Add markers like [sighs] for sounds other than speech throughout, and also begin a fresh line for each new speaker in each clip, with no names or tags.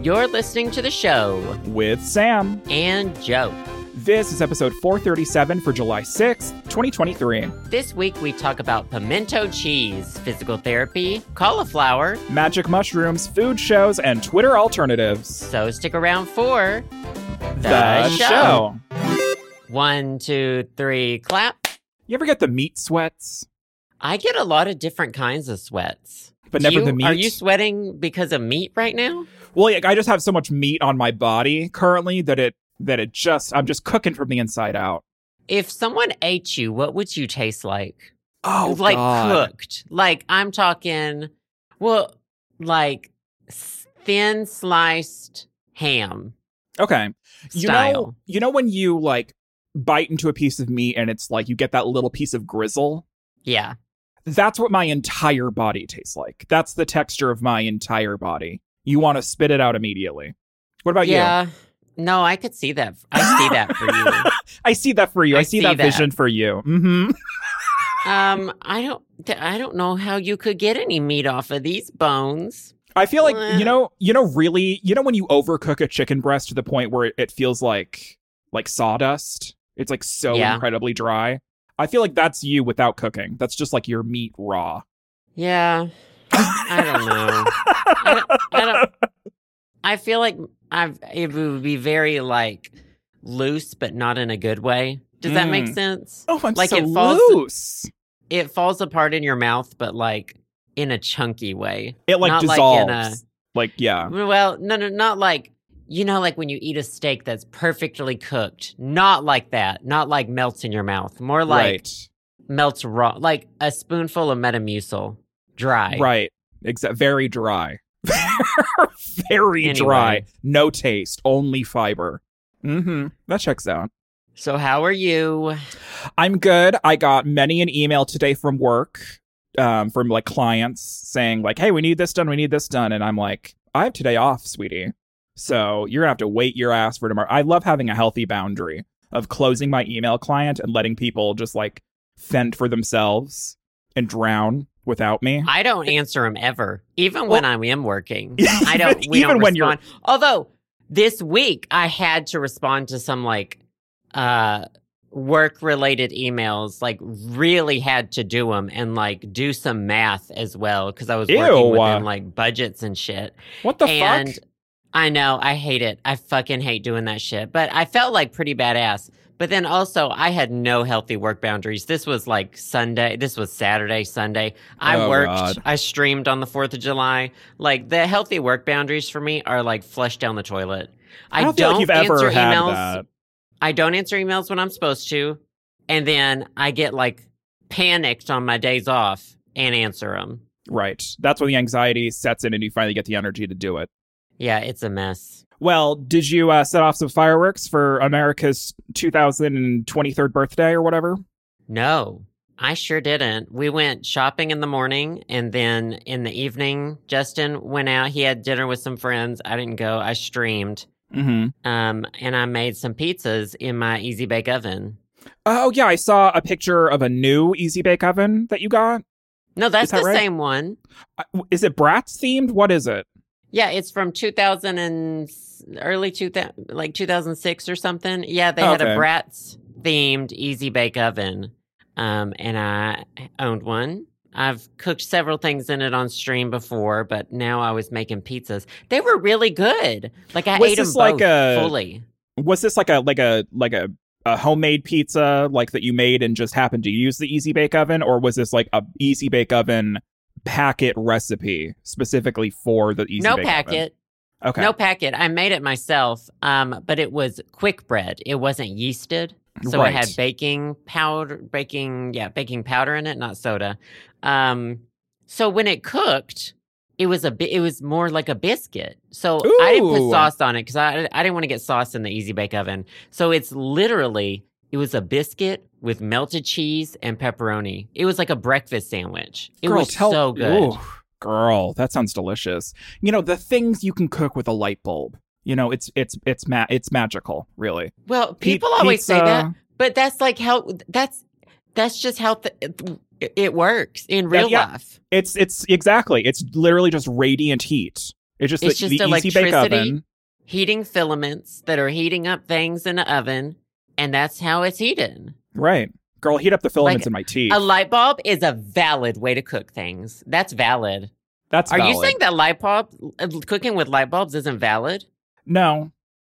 You're listening to the show
with Sam.
and Joe.
This is episode 437 for July 6th, 2023.
This week we talk about pimento cheese, physical therapy, cauliflower.
Magic mushrooms, food shows, and Twitter alternatives.
So stick around for One, two, three, clap.
You ever get the meat sweats,
I get a lot of different kinds of sweats.
but
Do
never
you-
the meat?
Are you sweating because of meat right now?
well, like, I just have so much meat on my body currently that it that it just I'm just cooking from the inside out.
If someone ate you, what would you taste like?
Oh,
like
God.
cooked. Like I'm talking, well, like s- thin sliced ham
Okay, you
style.
know, you know when you like bite into a piece of meat and it's like you get that little piece of grizzle.
yeah.
That's what my entire body tastes like. That's the texture of my entire body. You want to spit it out immediately. What about Oh, you?
yeah. No, I could see that. I see that for
[laughs]
you.
I see that for you. I,
I
see,
see
that,
that.
vision for you. hmm
Um, I don't. th- I don't know how you could get any meat off of these bones.
I feel like
Bleh.
you know, you know, really, you know, when you overcook a chicken breast to the point where it, it feels like like sawdust. It's like so
Yeah.
incredibly dry. I feel like that's you without cooking. That's just like your meat raw.
Yeah. I don't know. I don't, I don't. I feel like I've. It would be very like loose, but not in a good way. Does that make
Mm.
sense?
Oh, I'm
Like
so
it falls-
loose.
It falls apart in your mouth, but like in a chunky way.
It like
not like
dissolves.
in a-
Like, yeah.
Well, no, no, not like you know, like when you eat a steak that's perfectly cooked. Not like that. Not like melts in your mouth. More like
right.
melts raw, like a spoonful of Metamucil, dry.
Right. Exa- very dry. [laughs] very dry.
Anyway.
No taste. Only fiber. Mm-hmm. That checks out.
So how are you?
I'm good. I got many an email today from work, um, from like clients saying like, "Hey, we need this done. We need this done." And I'm like, "I have today off, sweetie. So you're gonna have to wait your ass for tomorrow." I love having a healthy boundary of closing my email client and letting people just like fend for themselves and drown without me.
I don't answer them ever, even when I am working.
[laughs] Yeah,
I don't.
even-
We
even
don't
when you're-
respond. Although this week I had to respond to some like uh, work related emails. Like really had to do them and like do some math as well because I was
Ew.
working within like budgets and shit.
What the
and
fuck?
I know I hate it. I fucking hate doing that shit. But I felt like pretty badass. But then also, I had no healthy work boundaries. This was like Sunday. This was Saturday, Sunday. I
Oh,
worked.
God.
I streamed on the Fourth of July. Like the healthy work boundaries for me are like flushed down the toilet. I,
I don't feel like you've
answer
ever had
emails.
that.
I don't answer emails when I'm supposed to, and then I get like panicked on my days off and answer them.
Right. That's when the anxiety sets in and you finally get the energy to do it.
Yeah, it's a mess.
Well, did you uh, set off some fireworks for America's 2023rd birthday or whatever?
No, I sure didn't. We went shopping in the morning and then in the evening, Justin went out. He had dinner with some friends. I didn't go. I streamed.
Mm-hmm.
Um, and I made some pizzas in my easy bake oven.
Oh yeah, I saw a picture of a new Easy Bake Oven that you got.
No, that's
that
the
right?
same one.
Uh, Is it Bratz themed? What is it?
Yeah, it's from 2000 and s- early 2000, like 2006 or something. Yeah, they had
Okay.
a Bratz themed easy bake oven. Um, and I owned one. I've cooked several things in it on stream before, but now I was making pizzas. They were really good. Like I
Was
ate them
this like
both
a-
fully.
Was this like a like a like a, a homemade pizza like that you made and just happened to use the Easy Bake Oven, or was this like a Easy Bake Oven packet recipe specifically for the Easy
no
Bake Oven?
packet,
Okay.
no packet. I made it myself, um, but it was quick bread. It wasn't yeasted. So
right.
I had baking powder, baking, yeah, baking powder in it, not soda. Um, so when it cooked, it was a bit, it was more like a biscuit. So I didn't
Ooh.
put sauce on it because I, I didn't want to get sauce in the easy bake oven. So it's literally, it was a biscuit with melted cheese and pepperoni. It was like a breakfast sandwich. It
girl,
was
tell,
so good.
Ooh, girl, that sounds delicious. You know the things you can cook with a light bulb. You know it's it's it's ma- it's magical, really.
Well,
Pe-
people always say that.
pizza-
But that's like how that's that's just how th- it works in real
yeah.
life.
It's it's exactly. It's literally just radiant heat. It's just
It's
the,
just
the easy bake
electricity.
oven.
Heating filaments that are heating up things in the oven, and that's how it's heated.
Right. Girl, heat up the filaments
Like,
in my teeth.
A light bulb is a valid way to cook things. That's valid.
That's
Are you
valid.
saying that light bulb uh, cooking with light bulbs isn't valid?
No.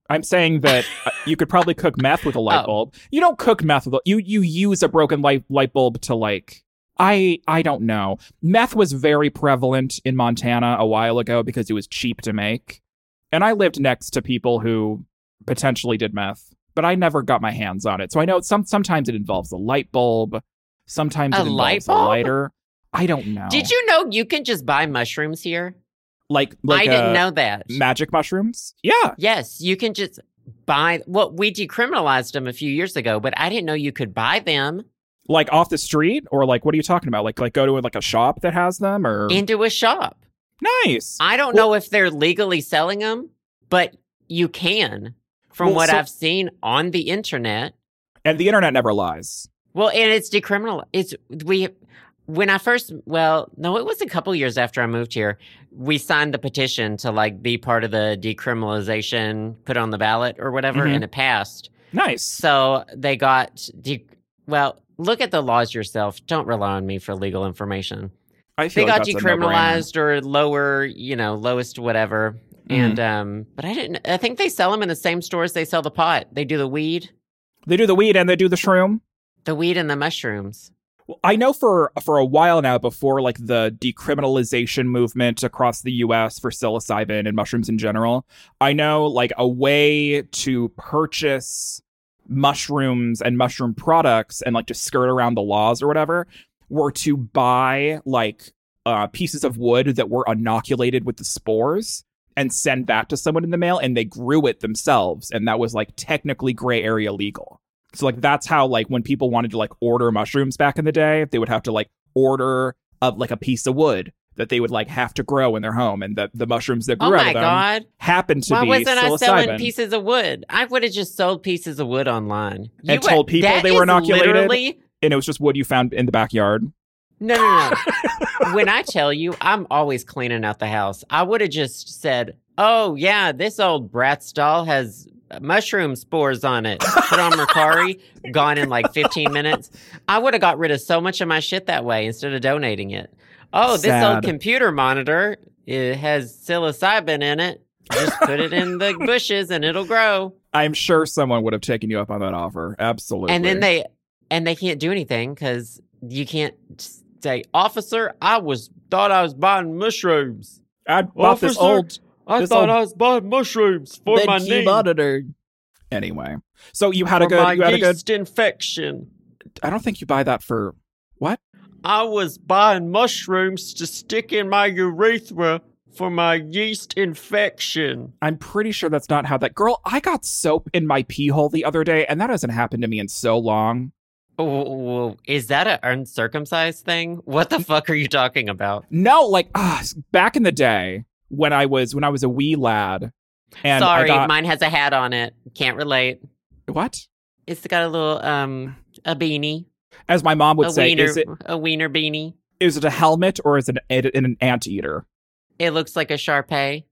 I'm
[laughs]
saying that uh, you could probably cook meth with a light
Oh.
bulb. You don't cook meth with a, you you use a broken light light bulb to like I I don't know. Meth was very prevalent in Montana a while ago because it was cheap to make. And I lived next to people who potentially did meth, but I never got my hands on it. So I know some sometimes it involves a light bulb, sometimes
A
it involves
light
a
bulb?
lighter. I don't know.
Did you know you can just buy mushrooms here?
like like
I didn't
uh,
know that.
magic mushrooms? Yeah.
Yes, you can just buy. Well, we decriminalized them a few years ago, but I didn't know you could buy them
like off the street or like what are you talking about like like go to like a shop that has them or
into a shop.
nice
I don't know if they're legally selling them, but you can, from
Well,
what
so-
I've seen on the internet.
and the internet never lies
Well, and it's decriminal. It's we when I first well, no, it was a couple years after I moved here. We signed the petition to like be part of the decriminalization, put on the ballot or whatever,
Mhm.
and it passed.
nice
So they got de- well. Look at the laws yourself. Don't rely on me for legal information.
i
They
feel like
got
that's a no-brainer.
decriminalized or lower, you know, lowest whatever.
Mm. Mm-hmm.
And um, but I didn't. I think they sell them in the same stores they sell the pot. They do the weed,
they do the weed and they do the shroom
the weed and the mushrooms.
Well, I know for for a while now, before like the decriminalization movement across the U.S. for psilocybin and mushrooms in general, I know like a way to purchase mushrooms and mushroom products and like to skirt around the laws or whatever were to buy like uh, pieces of wood that were inoculated with the spores and send that to someone in the mail and they grew it themselves and that was like technically gray area legal so like that's how like when people wanted to like order mushrooms back in the day, they would have to like order of like a piece of wood that they would like have to grow in their home, and the the mushrooms that
Oh
grew out
my
of them
god!
happened to
Why
be
wasn't I selling
psilocybin.
pieces of wood? I would have just sold pieces of wood online. You
And told people
that
they were
is
inoculated?
Literally,
and it was just wood you found in the backyard.
no, no, no. when I tell you, I'm always cleaning out the house. I would have just said, "Oh yeah, this old brat's doll has mushroom spores on it." Put on Mercari, gone in like 15 minutes. I would have got rid of so much of my shit that way instead of donating it. Oh, this
Sad.
old computer monitor it has psilocybin in it. Just put it in the bushes and it'll grow.
I'm sure someone would have taken you up on that offer. Absolutely.
and then they and they can't do anything because you can't say officer i was thought i was buying mushrooms
I bought this
Officer,
old
i
This
thought
old
i was buying mushrooms for my knee for
monitor. Anyway, so you had
my
a good. You had a good.
yeast infection
I don't think you buy that for what?
i was buying mushrooms to stick in my urethra for my yeast infection
I'm pretty sure that's not how that girl. I got soap in my pee hole the other day, and that hasn't happened to me in so long.
oh, is that an uncircumcised thing what the fuck are you talking about
No, like ah, s- back in the day when I was when I was a wee lad, and
sorry
I got
mine has a hat on it can't relate
what
it's got a little um a beanie
as my mom would
a
say,
wiener,
is it
a wiener beanie.
is it a helmet or is it an, an, an anteater
It looks like a
[laughs]
Sharpay.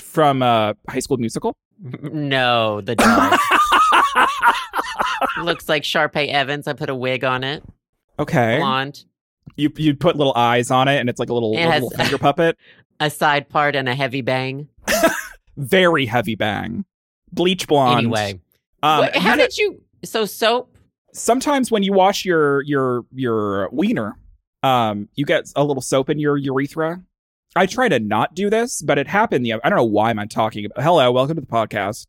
from uh, High
[laughs]
School Musical?
No, the dog [laughs] looks like Sharpay Evans. I put a wig on it,
okay,
blonde,
you you put little eyes on it, and it's like a little,
It
a
has-
little finger puppet.
a side part, and a heavy bang.
Very heavy bang, bleach blonde.
Anyway,
um,
Wait, how did you? So soap.
sometimes when you wash your your your wiener, um, you get a little soap in your urethra. I try to not do this, but it happened. The I don't know why I'm talking about. Hello, welcome to the podcast.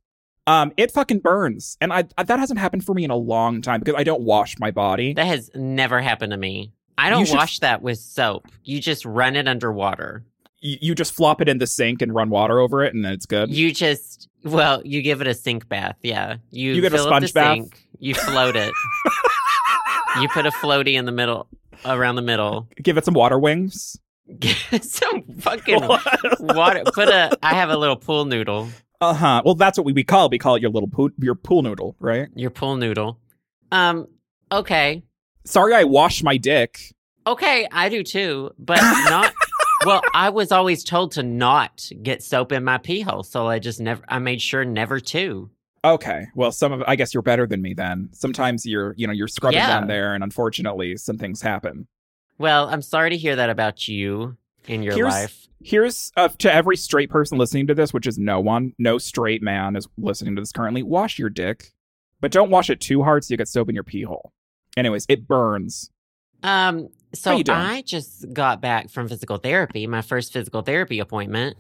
Um, it fucking burns, and I, I that hasn't happened for me in a long time because I don't wash my body.
That has never happened to me. I
You
don't
should-
wash that with soap. You just run it underwater.
You, you just flop it in the sink and run water over it, and then it's good.
You just well, you give it a sink bath. Yeah, you
You give it a
fill up the
sponge bath?
sink, you float it. you put a floaty in the middle, around the
[laughs]
middle. [laughs]
Give it some water wings.
Some
[laughs]
fucking water. Put a. I have a little pool noodle.
uh huh. Well, that's what we, we call it. We call it your little poo, your pool noodle, right?
Your pool noodle. Um. Okay.
Sorry, I wash my dick.
Okay. I do too, but not well,
[laughs]
I was always told to not get soap in my pee hole, so I just never. I made sure never to.
Okay. Well, some of I guess you're better than me then. Sometimes you're, you know, you're scrubbing
Yeah.
down there and unfortunately some things happen.
Well, I'm sorry to hear that about you in your
Here's-
life.
Here's uh, to every straight person listening to this, which is no one, no straight man is listening to this currently. Wash your dick, but don't wash it too hard so you get soap in your pee hole. Anyways, it burns.
Um,
How
so
you doing?
I just got back from physical therapy, my first physical therapy appointment.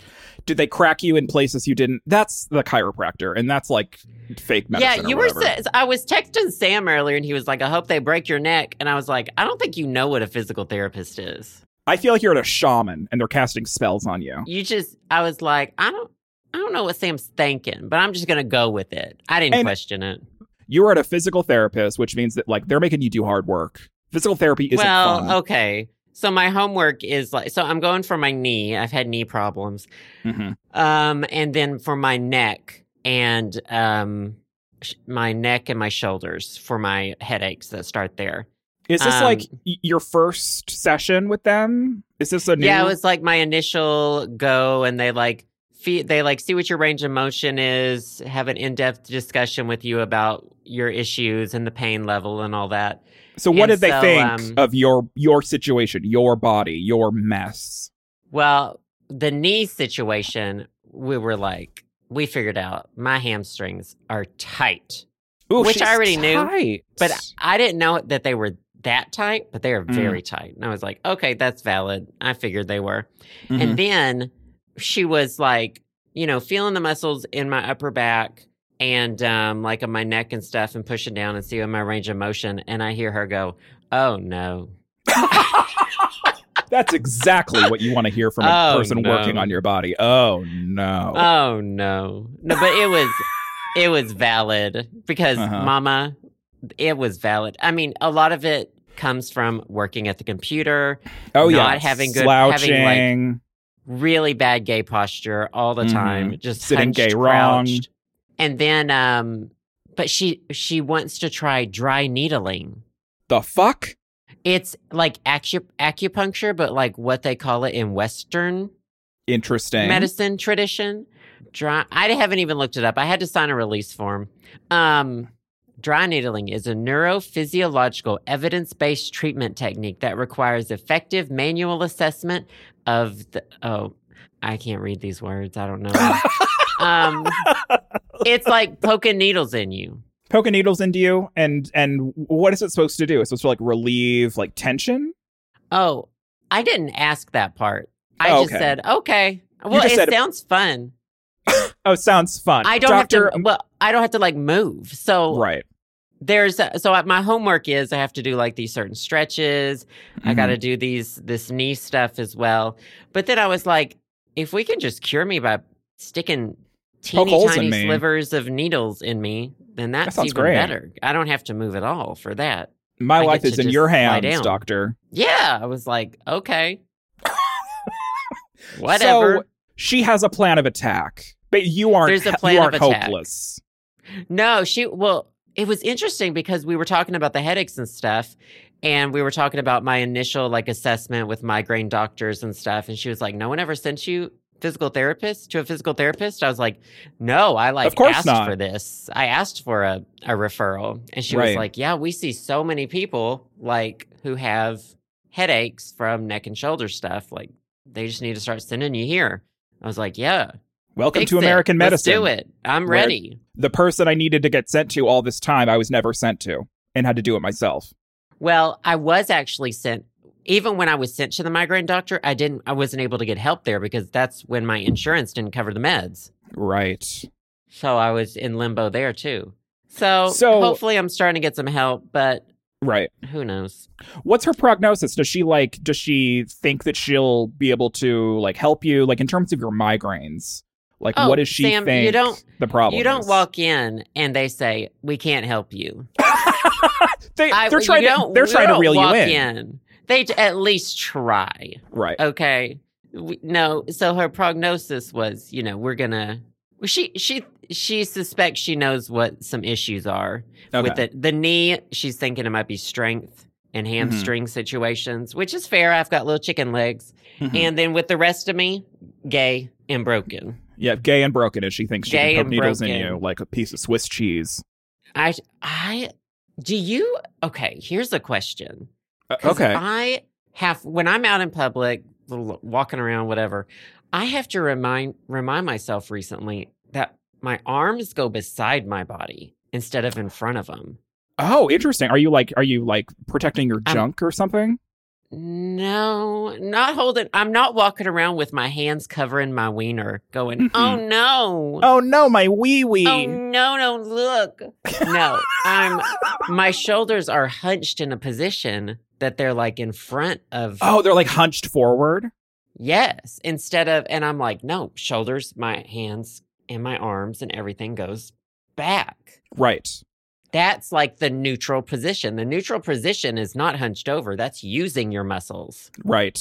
Did they crack you in places you didn't? That's the chiropractor, and that's like fake medicine.
yeah,
or
you were.
whatever.
sa- I was texting Sam earlier, and he was like, "I hope they break your neck," and I was like, "I don't think you know what a physical therapist is."
I feel like you're at a shaman and they're casting spells on you.
You just, I was like, I don't, I don't know what Sam's thinking, but I'm just gonna go with it. I didn't
And-
question it.
You're at a physical therapist, which means that like they're making you do hard work. Physical therapy isn't
well, oh,
fun.
okay. So my homework is like, so I'm going for my knee. I've had knee problems,
Mhm.
um, and then for my neck and um, sh- my neck and my shoulders for my headaches that start there.
Is this
Um,
like y- your first session with them? Is this a new?
Yeah, it was like my initial go, and they like fe they like see what your range of motion is, have an in depth discussion with you about your issues and the pain level and all that.
so what did
and
they
so,
think
um,
of your your situation, your body, your mess?
Well, the knee situation, we were like, we figured out my hamstrings are tight,
Ooh,
which I
she's
already knew,
tight.
but I didn't know that they were that tight, but they are very tight. And I was like, okay, that's valid. I figured they were.
Mhm.
And then she was like, you know, feeling the muscles in my upper back and um, like on my neck and stuff and pushing down and seeing my range of motion. And I hear her go, oh no.
that's exactly what you want to hear from
[laughs]
a
Oh,
person
no.
working on your body. Oh no!
Oh no. No, but it was it was
[laughs]
valid because
Uh-huh.
mama it was valid. I mean, a lot of it comes from working at the computer,
oh yeah,
not having good-
slouching,
having, like, really bad gay posture all the
Mhm.
time, just
Sitting
hunched,
gay wrong.
crouched. And then um but she she wants to try dry needling.
the fuck.
It's like acu- acupuncture, but like what they call it in Western
Interesting.
medicine tradition. Dry, I haven't even looked it up. I had to sign a release form. Um, dry needling is a neurophysiological evidence based treatment technique that requires effective manual assessment of the. Oh, I can't read these words. I don't
[laughs]
know. um, it's like poking needles in you.
Poking needles into you, and and what is it supposed to do? It's supposed to like relieve like tension.
Oh, I didn't ask that part. I
Oh,
just
okay.
said, okay. Well, it
just said-
sounds fun.
Oh, sounds fun.
I don't
Doctor, Oh,
have to. Well, I don't have to like move. So
right.
there's so my homework is I have to do like these certain stretches. I got
Mhm.
to do these this knee stuff as well. But then I was like, if we can just cure me by sticking teeny
holes in
tiny
me.
slivers of needles in me, then that's
sounds
even
great.
better. I don't have to move at all for that.
Mm-hmm. My
I get
life
to
is in
just
your
lie
hands,
down.
doctor.
Yeah, I was like,
[laughs]
okay, whatever.
So she has a plan of attack, but you aren't.
There's a
you
plan of
aren't
attack.
hopeless.
No, she well, it was interesting because we were talking about the headaches and stuff and we were talking about my initial like assessment with migraine doctors and stuff and she was like, "No one ever sent you physical therapist to a physical therapist?" I was like, "No, I like
Of course
asked
not.
for this. I asked for a a referral." And she
Right.
was like, "Yeah, we see so many people like who have headaches from neck and shoulder stuff. Like they just need to start sending you here." I was like, "Yeah,
Welcome
fix
to
it.
American medicine.
Let's do it. I'm
Where-
ready."
The person I needed to get sent to all this time, I was never sent to, and had to do it myself.
Well, I was actually sent. Even when I was sent to the migraine doctor, I didn't. I wasn't able to get help there because that's when my insurance didn't cover the meds.
Right.
So I was in limbo there too. So,
So-
hopefully, I'm starting to get some help, but
Right.
who knows?
What's her prognosis? Does she like? Does she think that she'll be able to like help you? Like in terms of your migraines, like
Oh,
what does she
Sam, you
think?
don't-
the problem.
you don't
is?
walk in and they say we can't help you.
They,
I-
they're
you
trying to.
don't-
They're
you
trying to
don't
reel you
walk
in.
They t- at least try.
Right.
okay we, no so her prognosis was you know we're gonna well, she she she suspects she knows what some issues are
Okay.
with the, the knee she's thinking it might be strength and hamstring situations, which is fair. I've got little chicken legs.
Mhm.
And then with the rest of me, gay and broken.
yeah, gay and broken, and she thinks she
Gay
can poke
and
needles in
broken.
you like a piece of Swiss cheese.
I, I, do you, okay, here's a question.
Uh,
'Cause
okay,
I have when I'm out in public, l- walking around, whatever. I have to remind remind myself recently that my arms go beside my body instead of in front of them.
Oh, interesting. Are you like are you like protecting your
I'm-
junk or something?
No, not holding. I'm not walking around with my hands covering my wiener, going,
Mhm.
"Oh no,
Oh no, my wee wee.
oh no, no, look." No,
[laughs]
I'm. My shoulders are hunched in a position that they're like in front of
Oh, they're like hunched forward.
Yes. Instead of, and I'm like, no, shoulders, my hands, and my arms, and everything goes back.
Right.
That's like the neutral position. The neutral position is not hunched over, that's using your muscles.
Right.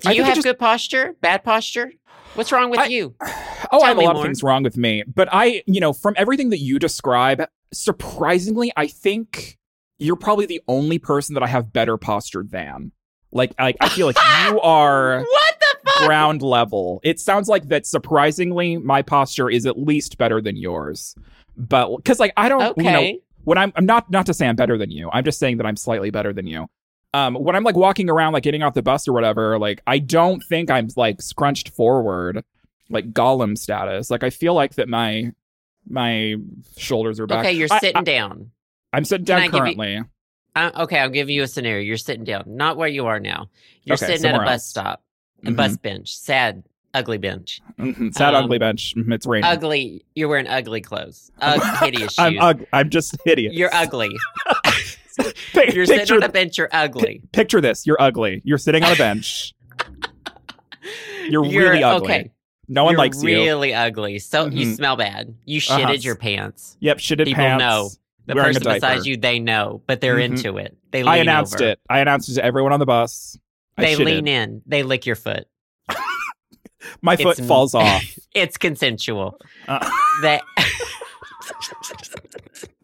Do
I
you
think it
have
just-
good posture? Bad posture? What's wrong with
I-
you?
Oh,
Tell
I have a
me
lot
more.
of things wrong with me. But I, you know, from everything that you describe, surprisingly, I think you're probably the only person that I have better posture than. Like I, I feel like
[laughs]
you are
What the fuck?
ground level. It sounds like that surprisingly my posture is at least better than yours. But because like I don't you know,
Okay.
when I'm I'm not not to say I'm better than you. I'm just saying that I'm slightly better than you. Um, when I'm like walking around, like getting off the bus or whatever, like I don't think I'm like scrunched forward, like Gollum status. Like I feel like that my my shoulders are back.
Okay, you're
I-
sitting down.
I, am sitting
Can I
down
give you-
currently.
Uh, okay, I'll give you a scenario. You're sitting down, not where you are now. You're
Okay,
sitting at a
somewhere
bus
else.
stop, a
Mhm.
bus bench, sad, ugly bench.
Mhm. Sad
um,
ugly bench. Mhm, It's raining.
ugly. You're wearing ugly
[laughs]
clothes. Ug- hideous shoes.
I'm ug- I'm just hideous.
You're ugly.
[laughs] Pic-
You're sitting
picture,
on a bench. You're ugly.
picture this. You're ugly. You're sitting on a bench. [laughs] You're really ugly.
Okay.
No one
You're
likes
really
you.
ugly. So you
Mhm.
smell bad. You shitted
Uh-huh.
your pants.
Yep, shitted
People
pants.
know. The
wearing a
person besides
diaper.
you, they know, but they're
Mhm.
into it. They lean
I announced
over.
it. I announced it to everyone on the bus. I
They
shitted.
lean in. They lick your foot.
My
It's
foot
m-
falls off.
[laughs] It's consensual.
Uh. [laughs]
That.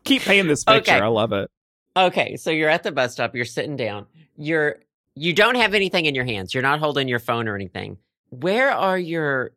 Keep painting this picture.
Okay.
I love it.
[laughs] Okay, so you're at the bus stop, you're sitting down. You're you don't have anything in your hands. You're not holding your phone or anything. Where are your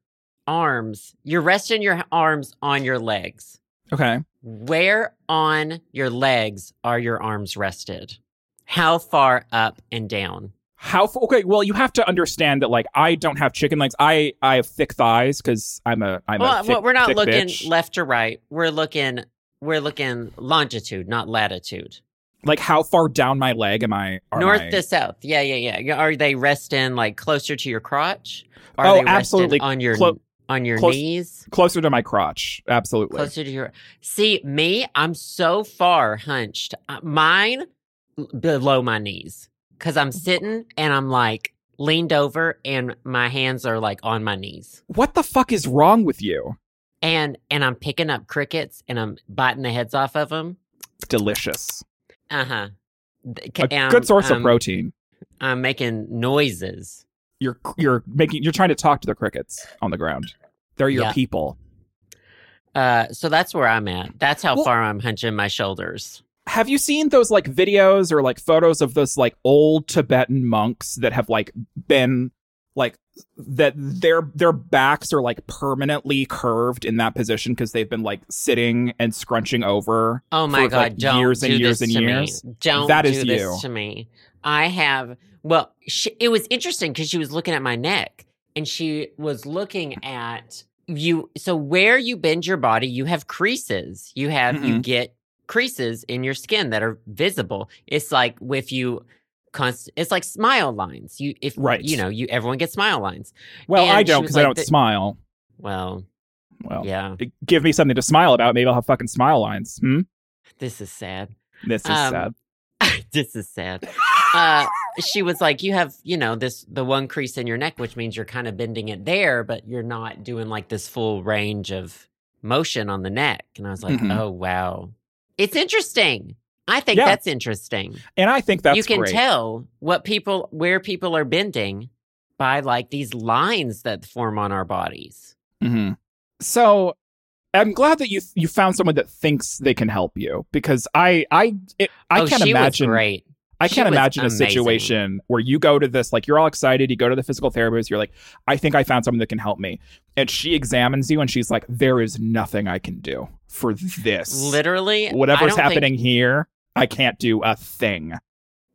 arms? You're resting your arms on your legs.
Okay.
Where on your legs are your arms rested? How far up and down?
How? f- Okay. Well, you have to understand that, like, I don't have chicken legs. I I have thick thighs because I'm a I'm
well,
a thick,
well, we're not
thick
looking
bitch.
left to right. We're looking we're looking longitude, not latitude.
like how far down my leg am I? Are
North
my-
to south. Yeah, yeah, yeah. Are they resting like closer to your crotch? Are
Oh,
they resting
absolutely.
on your
Clo-
on your
close-
knees?
closer to my crotch. Absolutely.
Closer to your See, me, I'm so far hunched. Uh, Mine l- below my knees cuz I'm
Mm.
sitting and I'm like leaned over and my hands are like on my knees.
What the fuck is wrong with you?
And and I'm picking up crickets and I'm biting the heads off of them.
Delicious.
Uh-huh.
A good source
um,
of protein.
I'm making noises.
You're you're making you're trying to talk to the crickets on the ground. They're your
Yeah.
people.
Uh, so that's where I'm at. That's how
Well-
far I'm hunching my shoulders.
Have you seen those like videos or like photos of those like old Tibetan monks that have like been like that their their backs are like permanently curved in that position because they've been like sitting and scrunching over.
Oh my
For, like,
god! Don't
years and
do
years
this
and
to
years?
Me. Don't
That
do
is
this
you.
to me. I have. Well, she, it was interesting because she was looking at my neck and she was looking at you. So where you bend your body, you have creases. You have
Mm-hmm.
you get creases in your skin that are visible. It's like if you. Const- it's like smile lines. You if
Right.
you know you everyone gets smile lines.
Well, I
And she
don't
was
because I
like
don't
the-
smile.
Well,
Well,
yeah,
give me something to smile about. Maybe I'll have fucking smile lines. Hmm.
this is sad. [laughs]
This is
Um,
sad.
this is sad. Uh, she was like, "You have, you know, this the one crease in your neck, which means you're kind of bending it there, but you're not doing like this full range of motion on the neck." And I was like,
Mhm.
"Oh wow, it's interesting. I think
Yeah.
that's interesting.
And I think that's
you can
great.
tell what people where people are bending by like these lines that form on our bodies."
hmm So I'm glad that you you found someone that thinks they can help you because I I it, I
oh,
can't
she
imagine.
was great.
I
She
can't
was
imagine a
amazing.
situation where you go to this, like you're all excited, you go to the physical therapist, you're like, I think I found something that can help me. And she examines you and she's like, There is nothing I can do for this.
Literally, I don't
Whatever's
think-
happening here, I can't do a thing.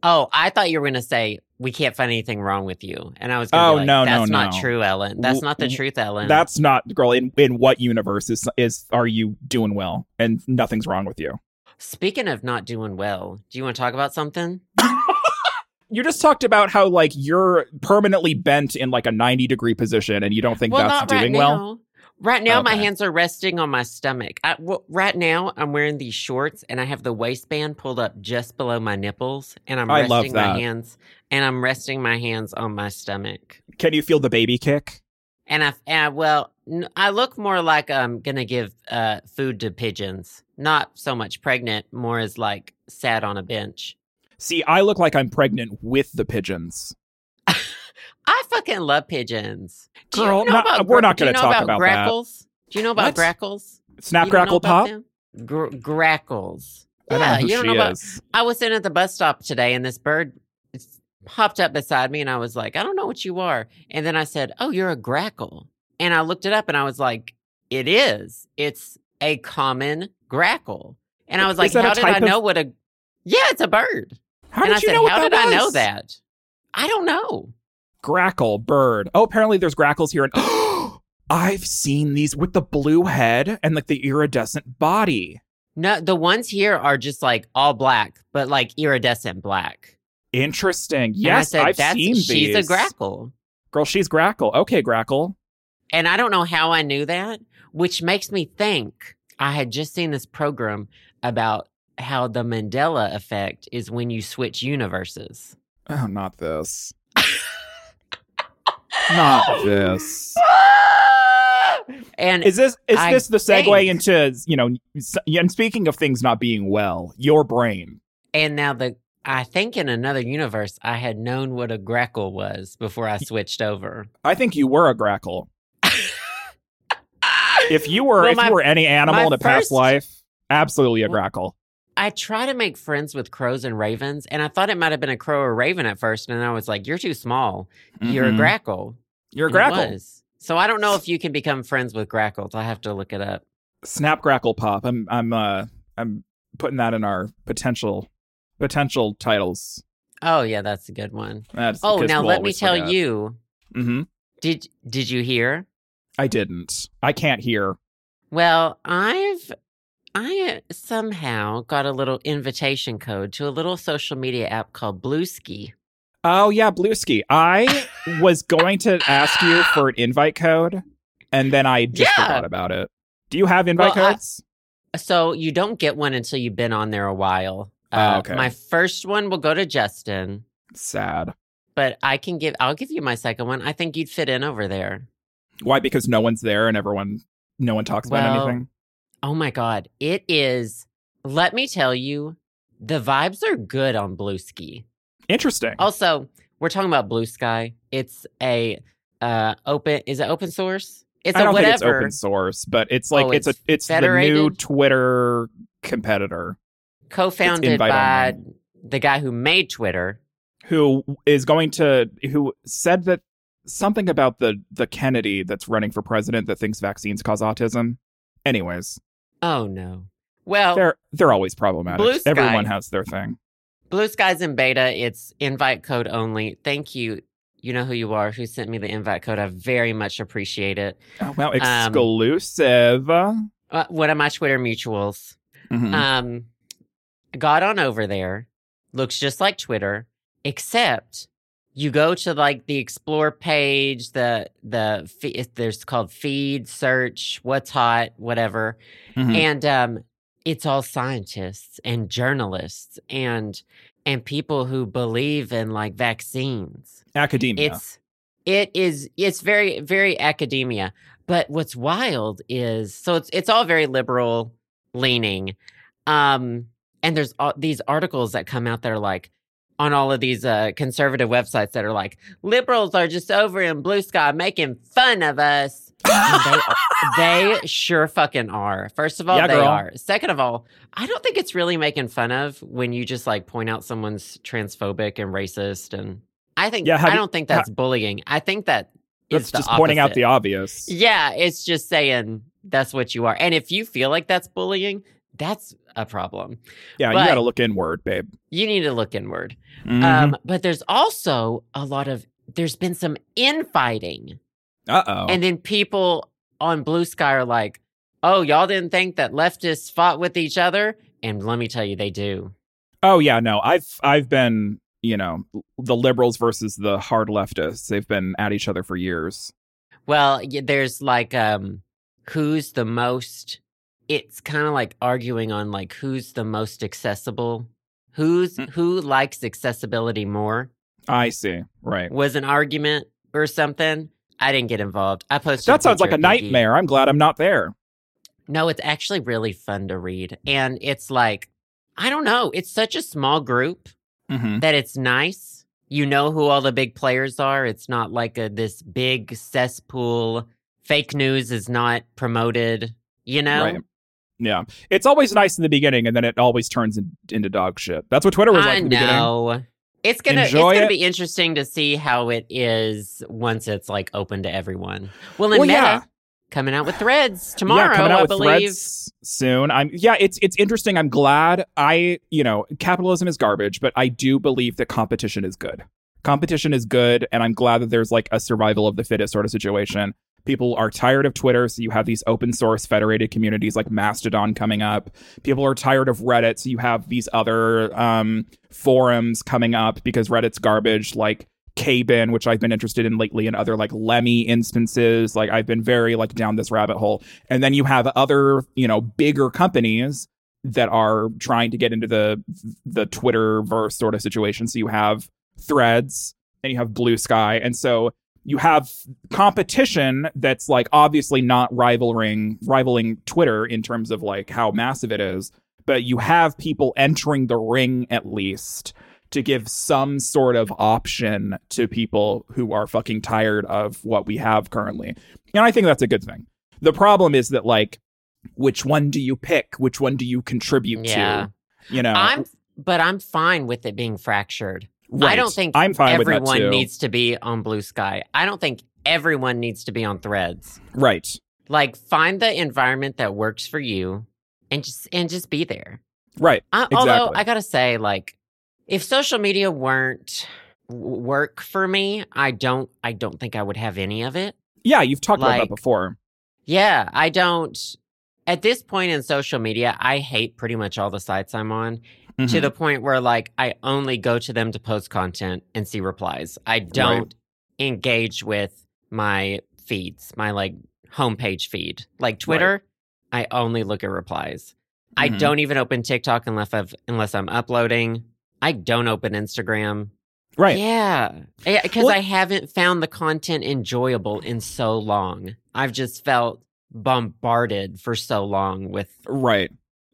oh, I thought you were going to say we can't find anything wrong with you, and I was going to
Oh,
be like,
no, no,
that's not
no.
true, Ellen. That's
W-
not the
w-
truth, Ellen.
That's not girl, in, in what universe is is are you doing well and nothing's wrong with you?
Speaking of not doing well, do you want to talk about something?
You just talked about how like you're permanently bent in like a 90 degree position and you don't think
well,
that's
not
doing
right
well.
now. Right now, my
Okay.
hands are resting on my stomach. I, w- right now, I'm wearing these shorts and I have the waistband pulled up just below my nipples, and I'm
I
resting
love that.
my hands and I'm resting my hands on my stomach.
Can you feel the baby kick?
And I, and I- well, n- I look more like I'm gonna give uh, food to pigeons. Not so much pregnant, more as like sat on a bench.
See, I look like I'm pregnant with the pigeons.
I fucking love pigeons. Do
Girl,
you know
not- uh,
about,
we're
gra-
not
do you
gonna
know
talk about that.
grackles? Do you know about
What?
grackles?
Snap
You don't know
crackle
about
pop.
them? Gr- grackles.
I don't know
Yeah,
who
you
she
don't know about.
is.
I was sitting at the bus stop today, and this bird s- hopped up beside me, and I was like, "I don't know what you are." And then I said, "Oh, you're a grackle." And I looked it up, and I was like, "It is. It's a common grackle." And I was
Is
like,
that a
"How did
type
I
of-
know what a? Yeah, it's a bird."
How
and I
did you
said,
know what
"How
that
did I know
was?
that?" I don't know.
Grackle bird. Oh, apparently there's grackles here. [gasps] And I've seen these with the blue head and like the iridescent body.
No, the ones here are just like all black, but like iridescent black.
Interesting.
and I
Yes,
said,
have
That's,
seen
she's
these.
a grackle.
Girl, she's grackle. Okay, grackle.
And I don't know how I knew that, which makes me think I had just seen this program about how the Mandela effect is when you switch universes.
Oh, not this. [laughs]
[gasps]
not this.
and
Is this is
I
this the segue
think-
into you know? s- And speaking of things not being well, your brain.
and now the I think in another universe I had known what a grackle was before I switched over.
I think you were a grackle. If you were,
Well,
if
my-
you were any animal
my
in a past
first- Mm-hmm.
life, absolutely a
Well-
grackle.
I try to make friends with crows and ravens, and I thought it might have been a crow or raven at first, and I was like, "You're too small. You're a
Mhm.
Mm-hmm. grackle."
You're a
And it
grackle.
was. So I don't know if you can become friends with grackles. I have to look it up.
Snap grackle pop. I'm I'm uh I'm putting that in our potential potential titles.
Oh yeah, that's a good one.
That's
Oh,
because
now
we'll
let me
always
tell
forget.
you.
Mhm.
Did did you hear?
I didn't. I can't hear.
Well, I've I uh, somehow got a little invitation code to a little social media app called Blueski.
Oh yeah, Blueski.
[laughs]
I was going to ask you for an invite code, and then I just
Yeah.
forgot about it. Do you have invite
Well, I-
codes?
So you don't get one until you've been on there a while. Uh,
Oh, okay.
My first one will go to Justin,
Sad.
but I can give I'll give you my second one. I think you'd fit in over there.
Why? Because no one's there, and everyone, no one talks about
Well,
anything.
Oh my god, it is. Let me tell you, the vibes are good on Blueski.
Interesting.
Also, we're talking about Blue Sky. It's a uh open is it open source? It's
I
a
don't think it's
whatever.
open source, but it's like
Oh,
it's,
it's
a it's the new
federated? co-founded
Invite
by
Online.
the guy who made Twitter.
who is going to who said that something about the the Kennedy that's running for president that thinks vaccines cause autism. Anyways,
Oh no. Well,
they're they're always problematic.
Oh. Blue Sky.
Everyone has their thing.
Blue Sky's in beta. It's invite code only. Thank you. You know who you are who sent me the invite code. I very much appreciate it.
Oh wow,
Um,
exclusive.
Uh, one of my Twitter mutuals.
Mhm.
Um got on over there. Looks just like Twitter, except you go to like the explore page, the the fe- it- there's called feed, search, what's hot, whatever.
Mhm.
And um it's all scientists and journalists and and people who believe in like vaccines.
Academia.
It's it is it's very very academia. But what's wild is so it's it's all very liberal leaning. Um and there's all these articles that come out that are like on all of these uh, conservative websites that are like liberals are just over in blue sky making fun of us
[laughs]
And they, are- they sure fucking are. First of all,
Yeah,
they
girl.
are. Second of all, I don't think it's really making fun of when you just like point out someone's transphobic and racist. And I think,
Yeah, have
I
you-
don't think that's bullying. I think that is
That's
the
just pointing out
opposite.
the obvious.
Yeah, it's just saying that's what you are. And if you feel like that's bullying, that's a problem.
Yeah,
But-
you got to look inward, babe.
You need to look inward.
Uh
Um, but there's also a lot of, there's been some infighting.
oh.
And then people on Blue Sky are like, oh, y'all didn't think that leftists fought with each other? And let me tell you, they do.
Oh yeah, no. I've I've been, you know, the liberals versus the hard leftists. They've been at each other for years.
Well, y- there's like, um, who's the most, it's kind of like arguing on like who's the most accessible. Who's
Mm.
who likes accessibility more?
I see. Right.
was an argument or something. I didn't get involved. I posted.
That sounds like
picture
a
of Biggie.
nightmare. I'm glad I'm not there.
No, it's actually really fun to read, and it's like I don't know. It's such a small group
Mm-hmm.
that it's nice. You know who all the big players are. It's not like a this big cesspool. Fake news is not promoted. You know.
Right. Yeah. It's always nice in the beginning and then it always turns in, into dog shit. That's what Twitter was like
I
in the beginning.
know. It's gonna
Enjoy
it's gonna
it.
be interesting to see how it is once it's like open to everyone. Well, in
Well,
Meta
yeah.
coming out
[sighs]
with threads tomorrow,
yeah, coming out
I
with
believe.
threads soon. I'm yeah, it's it's interesting. I'm glad I, you know, capitalism is garbage, but I do believe that competition is good. Competition is good, and I'm glad that there's like a survival of the fittest sort of situation. People are tired of Twitter, so you have these open source federated communities like Mastodon coming up. People are tired of Reddit, so you have these other um, forums coming up because Reddit's garbage, like Kbin, which I've been interested in lately, and other like Lemmy instances. Like I've been very like down this rabbit hole. And then you have other, you know, bigger companies that are trying to get into the the Twitterverse sort of situation. So you have Threads and you have Blue Sky, and so you have competition that's like obviously not rivaling rivaling Twitter in terms of like how massive it is, but you have people entering the ring at least to give some sort of option to people who are fucking tired of what we have currently. And I think that's a good thing. The problem is that like which one do you pick? Which one do you contribute
Yeah.
to? You know,
I'm but I'm fine with it being fractured. I
Right.
don't think
I'm fine with that too.
everyone needs to be on Blue Sky. I don't think everyone needs to be on threads.
right.
Like find the environment that works for you and just and just be there.
Right.
I, Although
Exactly.
I gotta say, like, if social media weren't w- work for me, I don't, I don't think I would have any of it.
Yeah, you've talked about
Like-
that before.
Yeah, I don't. At this point in social media, I hate pretty much all the sites I'm on to
Mhm.
the point where, like, I only go to them to post content and see replies. I don't engage with my feeds, my like homepage feed, like Twitter. I only look at replies. I
Mhm.
don't even open TikTok unless I've unless I'm uploading. I don't open Instagram.
Right.
Yeah. Because
Well-
I haven't found the content enjoyable in so long. I've just felt bombarded for so long with
Right.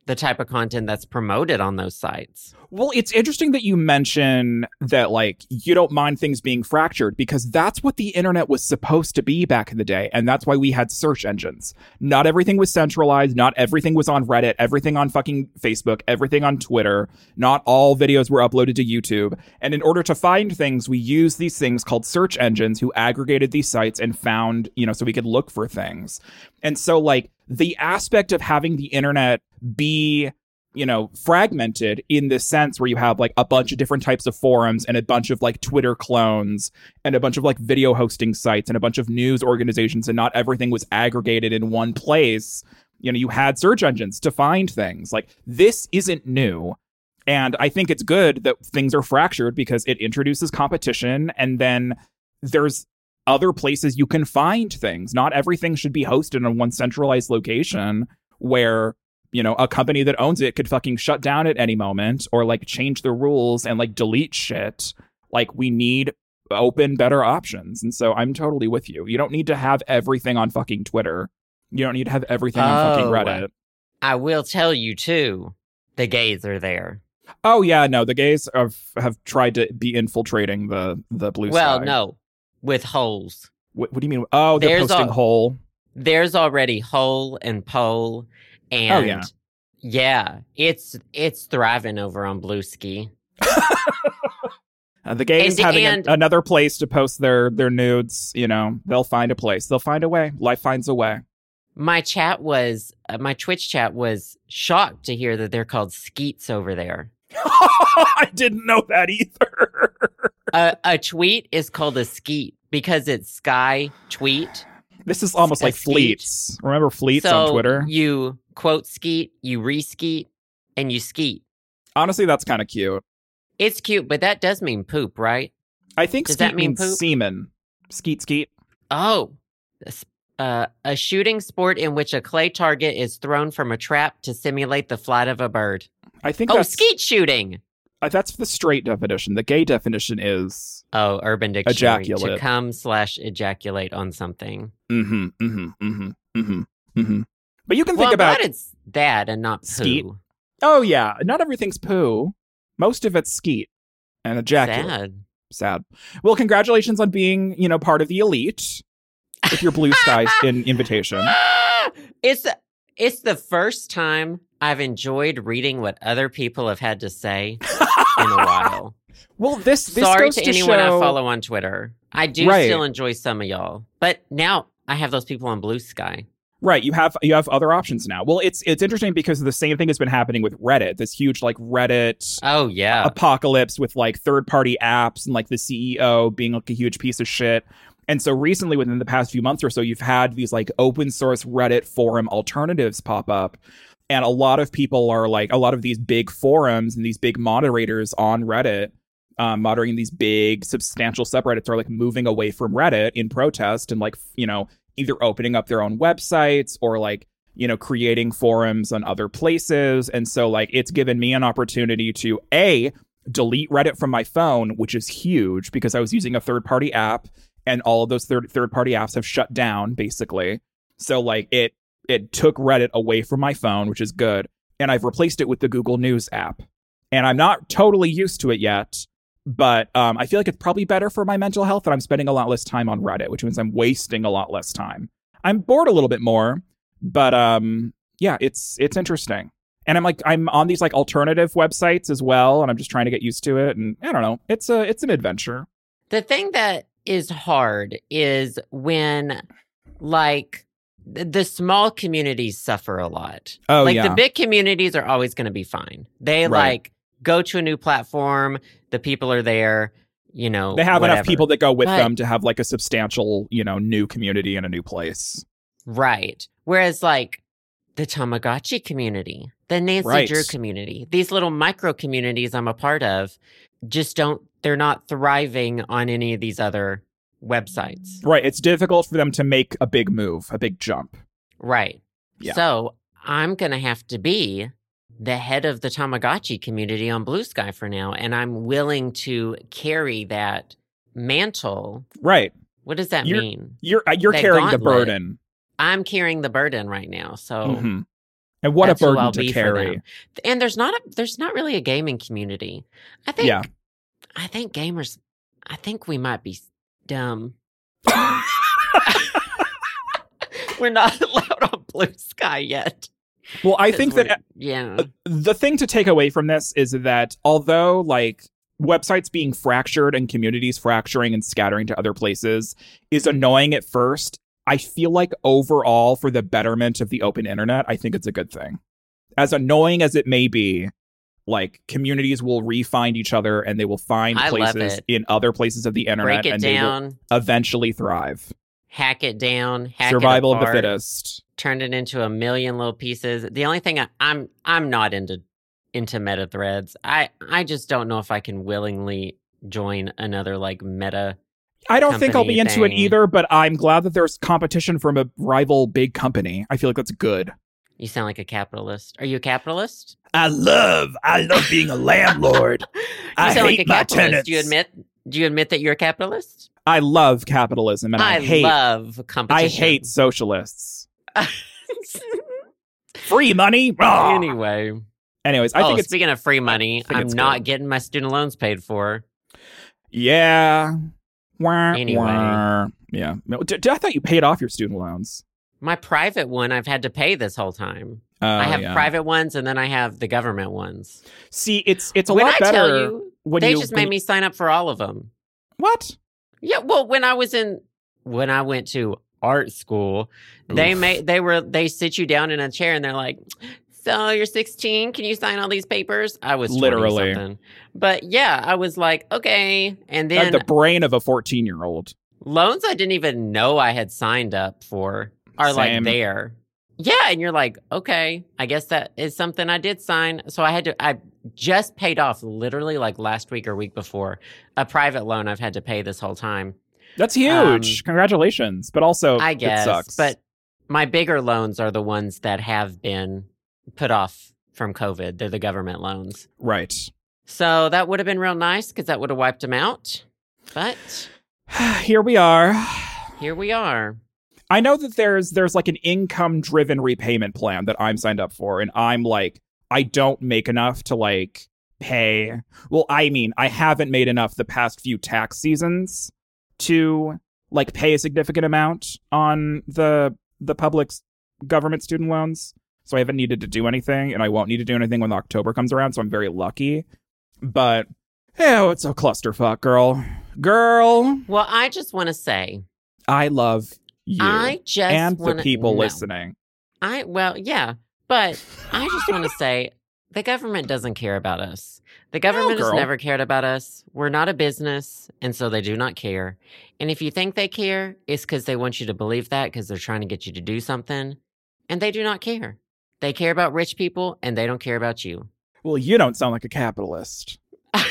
the type of content that's promoted on those sites.
Well, it's interesting that you mention that like you don't mind things being fractured because that's what the internet was supposed to be back in the day and that's why we had search engines. Not everything was centralized, not everything was on Reddit, everything on fucking Facebook, everything on Twitter, not all videos were uploaded to YouTube. And in order to find things, we used these things called search engines who aggregated these sites and found, you know, so we could look for things. And so like the aspect of having the internet be you know, fragmented in this sense where you have like a bunch of different types of forums and a bunch of like Twitter clones and a bunch of like video hosting sites and a bunch of news organizations, and not everything was aggregated in one place. You know, you had search engines to find things. Like this isn't new. And I think it's good that things are fractured because it introduces competition and then there's other places you can find things. Not everything should be hosted in one centralized location where you know, a company that owns it could fucking shut down at any moment or like change the rules and like delete shit. Like we need open better options. And so I'm totally with you. You don't need to have everything on fucking Twitter. You don't need to have everything on fucking
Oh.
Reddit.
I will tell you too, the gays are there.
Oh yeah, no, the gays have have tried to be infiltrating the the blue
well,
sky.
no, with holes.
What, what do you mean? Oh, they're
There's
posting
a-
whole.
There's already Hole and Pole, and
Oh, yeah.
yeah, it's it's thriving over on Blue Ski.
Uh, the gays
And-
having an-
and-
another place to post their their nudes. You know, they'll find a place. They'll find a way. Life finds a way. [laughs]
My chat was uh, my Twitch chat was shocked to hear that they're called skeets over there.
I didn't know that either. [laughs]
a, a tweet is called a skeet because it's sky tweet.
This is almost
A
like
skeet.
fleets. Remember fleets
so
on Twitter?
You quote skeet, you reskeet, and you skeet.
Honestly, that's kind of cute.
It's cute, but that does mean poop, right?
I think
Does
skeet
that mean
means
poop?
semen. Skeet skeet.
Oh, s- uh, a shooting sport in which a clay target is thrown from a trap to simulate the flight of a bird.
I think
Oh,
that's
skeet shooting.
uh, that's the straight definition. The gay definition is
Oh, Urban Dictionary to
Ejaculate.
come slash ejaculate on something.
mm-hmm, mm-hmm, mm-hmm, mm-hmm, mm-hmm. But you can
well,
think
I'm
about
glad it's that and not poo.
Skeet. oh yeah, not everything's poo. Most of it's skeet and ejaculate.
Sad. [gasps]
sad. Well, congratulations on being, you know, part of the elite with your blue skies
[laughs]
in invitation.
Ah! it's it's the first time I've enjoyed reading what other people have had to say in
[laughs]
a while.
Well, this this
Sorry
goes
to
to,
anyone
show,
I follow on Twitter. I do
Right.
still enjoy some of y'all, but now I have those people on Blue Sky.
Right, you have you have other options now. Well, it's it's interesting because the same thing has been happening with Reddit. This huge like Reddit
Oh yeah,
Uh, apocalypse with like third party apps and like the CEO being like a huge piece of shit. And so recently, within the past few months or so, you've had these like open source Reddit forum alternatives pop up. And a lot of people are like, a lot of these big forums and these big moderators on Reddit, um, moderating these big substantial subreddits are like moving away from Reddit in protest and like, f- you know, either opening up their own websites or like you know, creating forums on other places. And so, like, it's given me an opportunity to A, delete Reddit from my phone, which is huge because I was using a third party app and all of those third third party apps have shut down basically. So like it it took Reddit away from my phone, which is good. And I've replaced it with the Google News app. And I'm not totally used to it yet, but um, I feel like it's probably better for my mental health that I'm spending a lot less time on Reddit, which means I'm wasting a lot less time. I'm bored a little bit more, but um, yeah, it's it's interesting. And I'm like I'm on these like alternative websites as well, and I'm just trying to get used to it. And I don't know, it's a it's an adventure.
The thing that is hard is when, like, th- the small communities suffer a lot.
Oh
like
yeah,
the big communities are always going to be fine. They
Right.
like go to a new platform, the people are there, you know.
they have enough
whatever.
people that go with
But-
them to have like a substantial, you know, new community and a new place.
Right. Whereas like the Tamagotchi community, the Nancy
Right.
Drew community, these little micro communities I'm a part of just don't they're not thriving on any of these other websites.
Right. It's difficult for them to make a big move, a big jump.
Right.
Yeah.
So I'm going to have to be the head of the Tamagotchi community on Blue Sky for now. And I'm willing to carry that mantle.
Right.
What does that
You're-
mean?
You're uh, you're
That
carrying the
gauntlet.
burden.
I'm carrying the burden right now. So,
Mhm. And what
That's
a
who
burden
I'll
to
be for
carry.
[laughs] them. and there's not a, there's not really a gaming community. I think,
Yeah.
I think gamers, I think we might be dumb. [laughs] We're not [laughs] allowed on Blue Sky yet.
Well, I
'Cause
think that
we're- yeah.
Uh, the thing to take away from this is that although like websites being fractured and communities fracturing and scattering to other places is annoying at first, I feel like overall for the betterment of the open internet, I think it's a good thing. As annoying as it may be, like communities will re-find each other and they will find
I love
places
it.
in other places of the internet
break it
and
down,
they will eventually thrive.
hack it down, hack
Survival
it
of the
apart,
fittest.
turn it into a million little pieces. The only thing I, I'm I'm not into into meta threads. I I just don't know if I can willingly join another like meta.
I don't think I'll
company
be into it
thing.
either, but I'm glad that there's competition from a rival big company. I feel like that's good.
You sound like a capitalist. Are you a capitalist?
I love, I love being a landlord.
you
I
sound like
hate
a
my
capitalist. Do you
tenants.
admit? Do you admit that you're a capitalist?
[laughs] I love capitalism, and I, hate,
love
I
competition. [laughs]
hate socialists. Free money. Rah!
anyway,
Anyways, Ah. I
oh,
think it's
speaking of free money,
think
I'm
it's
not
good.
getting my student loans paid for.
yeah. Wah,
Anyway.
wah. yeah. No, d- d- I thought you paid off your student loans.
My private one I've had to pay this whole time.
Oh,
I have
yeah.
private ones and then I have the government ones.
See, it's it's a
when
lot
I
better
tell you,
when
they
you
just
when
made me sign up for all of them.
What?
Yeah, well, when I was in when I went to art school, they
Oof.
made they were they sit you down in a chair and they're like, "So you're 16? Can you sign all these papers?" I was 20
Literally.
something. but yeah, I was like, "Okay," and
I had
then
Uh, the brain of a 14 year old.
loans I didn't even know I had signed up for are
Same.
like there. Yeah, and you're like, okay, I guess that is something I did sign. So I had to, I just paid off literally like last week or week before a private loan I've had to pay this whole time.
That's huge. Congratulations. But also,
Um, I
Oh, it
guess,
sucks.
but my bigger loans are the ones that have been put off from COVID. They're the government loans.
right. [sighs]
So that would have been real nice because that would have wiped them out. But
Here we are.
here we are.
I know that there's there's like an income driven repayment plan that I'm signed up for, and I'm like, I don't make enough to like pay. Well, I mean, I haven't made enough the past few tax seasons to like pay a significant amount on the the public's government student loans. So I haven't needed to do anything, and I won't need to do anything when October comes around. So I'm very lucky. But oh, it's a clusterfuck, girl. Girl,
Well, I just want to say,
I love you
I just
and the
wanna-
people
no.
listening.
I well, yeah, but I just
[laughs]
want to say the government doesn't care about us. The government has
girl.
never cared about us. We're not a business, and so they do not care. And if you think they care, it's because they want you to believe that because they're trying to get you to do something, and they do not care. They care about rich people, and they don't care about you.
Well, you don't sound like a capitalist.
[laughs]
A-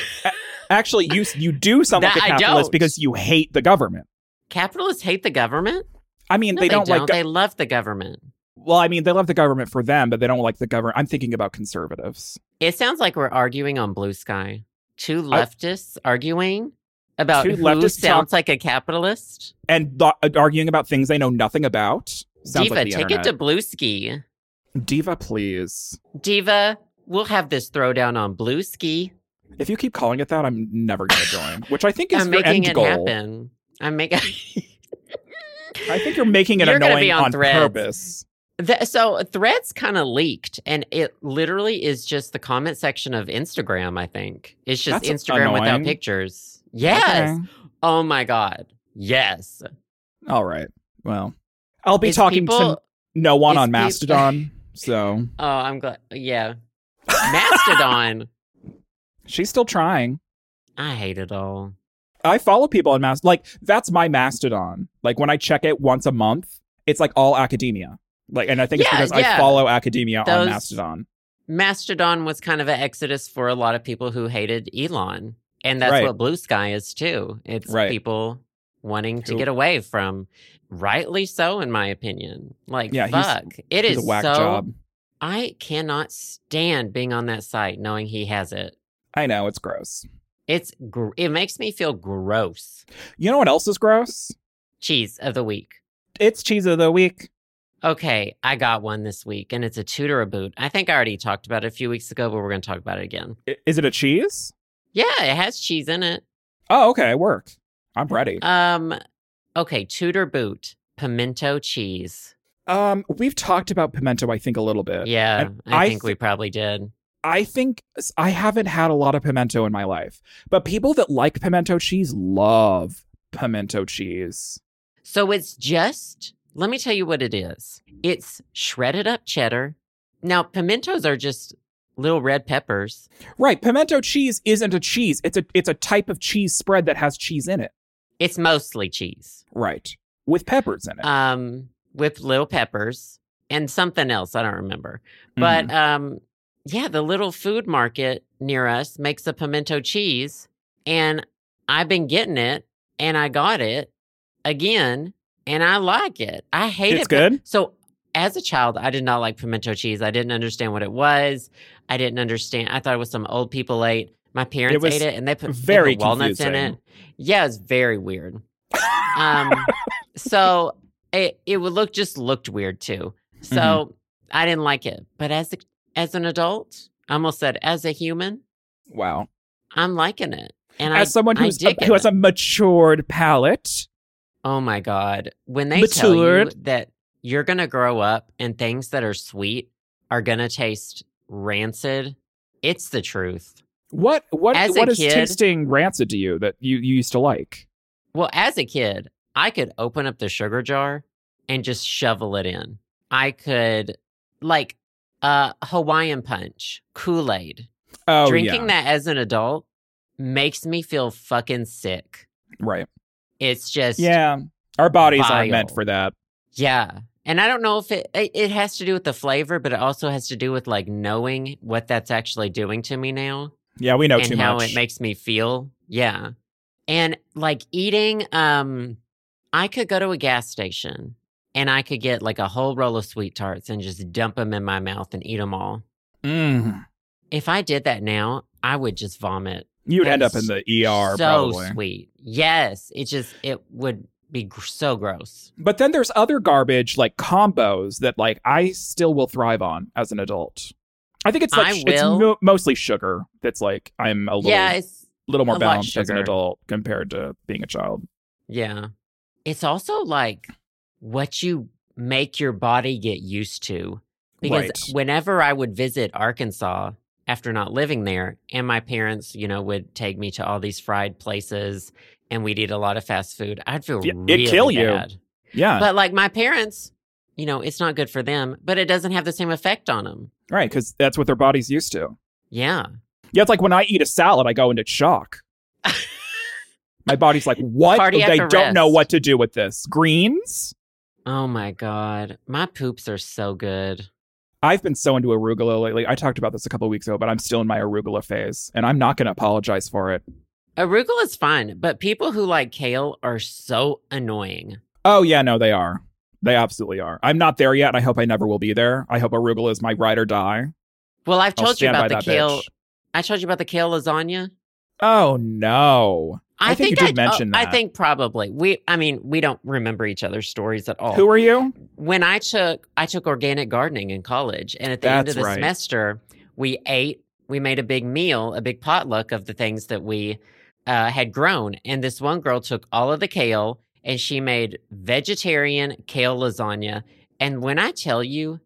Actually, you you do sound like
That
a
I
capitalist
don't.
because you hate the government.
Capitalists hate the government.
I mean,
No,
they, don't, like.
they love the government.
well, I mean, they love the government for them, but they don't like the government. I'm thinking about conservatives.
It sounds like we're arguing on Blue Sky. Two leftists arguing about
Two
who
leftists
sounds like a capitalist.
and th- arguing about things they know nothing about. Sounds
Diva,
like the
take
internet.
it to Blueski.
Diva, please.
Diva, we'll have this throwdown on Blueski.
If you keep calling it that, I'm never going to join. Which I think is
I'm
your
making
end
it
goal.
happen. I'm making. [laughs]
I think you're making it
You're gonna
annoying
be on Threads.
purpose.
Th- so threads kind of leaked, and it literally is just the comment section of Instagram. I think it's just
That's
Instagram without
annoying.
pictures. Yes.
Okay.
Oh my god. Yes.
All right. Well, I'll be
It's
talking
people-
to no one
it's
on
peop- [laughs]
Mastodon. so
Oh, I'm glad. Yeah.
[laughs]
Mastodon.
she's still trying.
I hate it all.
I follow people on Mastodon. Like that's my Mastodon. Like when I check it once a month, it's like all academia. Like, and I think
Yeah,
it's because I
yeah.
follow academia on
Those-
Mastodon.
Mastodon was kind of an exodus for a lot of people who hated Elon. And that's
Right.
what Blue Sky is too. It's
Right.
people wanting to
Who-
get away from, rightly so, in my opinion. Like,
Yeah, he's-
fuck. it
He's
is
a whack
so.
job.
I cannot stand being on that site knowing he has it.
I know it's gross.
It's gr- it makes me feel gross.
You know what else is gross?
Cheese of the week.
It's cheese of the week.
Okay, I got one this week, and it's a Tudor boot. I think I already talked about it a few weeks ago, but we're going to talk about it again.
I- Is it a cheese?
Yeah, it has cheese in it.
Oh, okay. Work. I'm ready.
Um, okay, Tudor boot, pimento cheese.
Um, we've talked about pimento, Uh, I think, a little bit.
Yeah,
and
I,
I
think we probably did.
I think I haven't had a lot of pimento in my life, but people that like pimento cheese love pimento cheese.
So it's just. Let me tell you what it is. It's shredded up cheddar. Now pimentos are just little red peppers.
Right, pimento cheese isn't a cheese. It's a it's a type of cheese spread that has cheese in it.
It's mostly cheese.
Right. With peppers in it.
Um, with little peppers and something else. I don't remember. But
Mhm.
um, yeah, the little food market near us makes a pimento cheese, and I've been getting it, and I got it again, and I like it. I hate
it's
it. but-
good.
So as a child, I did not like pimento cheese. I didn't understand what it was. I didn't understand. I thought it was some old people ate. My parents
was
ate it, and they put, they put
very
walnuts in it.
confusing.
Yeah, it's very weird.
[laughs]
Um, so it it would look just looked weird too.
Mm-hmm.
So I didn't like it. But as a, as an adult, I almost said as a human,
wow.
I'm liking it. And
As
I,
someone
I
who's
dig
who has
it.
a matured palate,
oh my god, when they tell you
Matured.
that you're going to grow up and things that are sweet are going to taste rancid. It's the truth.
What what
As a
what is
kid-
tasting rancid to you that you, you used to like?
Well, as a kid, I could open up the sugar jar and just shovel it in. I could, like, uh, Hawaiian Punch, Kool Aid.
Oh
Drinking
yeah,
that as an adult makes me feel fucking sick.
right.
It's just,
Yeah, our bodies aren't meant
Vile.
for that.
yeah. And I don't know if it, it it has to do with the flavor, but it also has to do with like knowing what that's actually doing to me now.
Yeah, we know
and
too
how
much.
it makes me feel. Yeah. And like eating, um, I could go to a gas station and I could get like a whole roll of sweet tarts and just dump them in my mouth and eat them all.
Mm.
If I did that now, I would just vomit.
You'd end up
That's
in the ER
so
probably.
sweet. Yes. It just, it would be gr- so gross.
But then there's other garbage like combos that like I still will thrive on as an adult. I think it's like
I
sh- it's
will.
mo- mostly sugar that's like I'm a little
Yeah. It's,
little more
a lot
balanced as an
sugar.
adult compared to being a child.
yeah. It's also like what you make your body get used to. because
right.
whenever I would visit Arkansas after not living there, and my parents, you know, would take me to all these fried places and we'd eat a lot of fast food, I'd feel
Yeah, it'd
really
kill you. Uh.
bad.
yeah,
But like my parents, you know, it's not good for them, but it doesn't have the same effect on them.
right, because that's what their body's used to.
Yeah.
Yeah, it's like when I eat a salad, I go into
[laughs]
shock. My body's like, what?
Cardiac
they don't know
arrest.
what to do with this. Greens?
Oh my God. My poops are so good.
I've been so into arugula lately. I talked about this a couple weeks ago, but I'm still in my arugula phase, and I'm not going to apologize for it.
Arugula is fun, but people who like kale are so annoying.
Oh yeah, no, they are. They absolutely are. I'm not there yet. and I hope I never will be there. I hope arugula is my ride or die.
Well, I've
I'll
told you
stand by
about the
that
kale.
bitch.
I told you about the kale lasagna.
Oh no!
I,
I think you did
I, oh,
mention
I
that.
think probably we. I mean, we don't remember each other's stories at all.
Who are you?
when I took I took organic gardening in college, and at the end
That's
of the
right.
semester, we ate. We made a big meal, a big potluck of the things that we uh, had grown. And this one girl took all of the kale, and she made vegetarian kale lasagna. And when I tell you,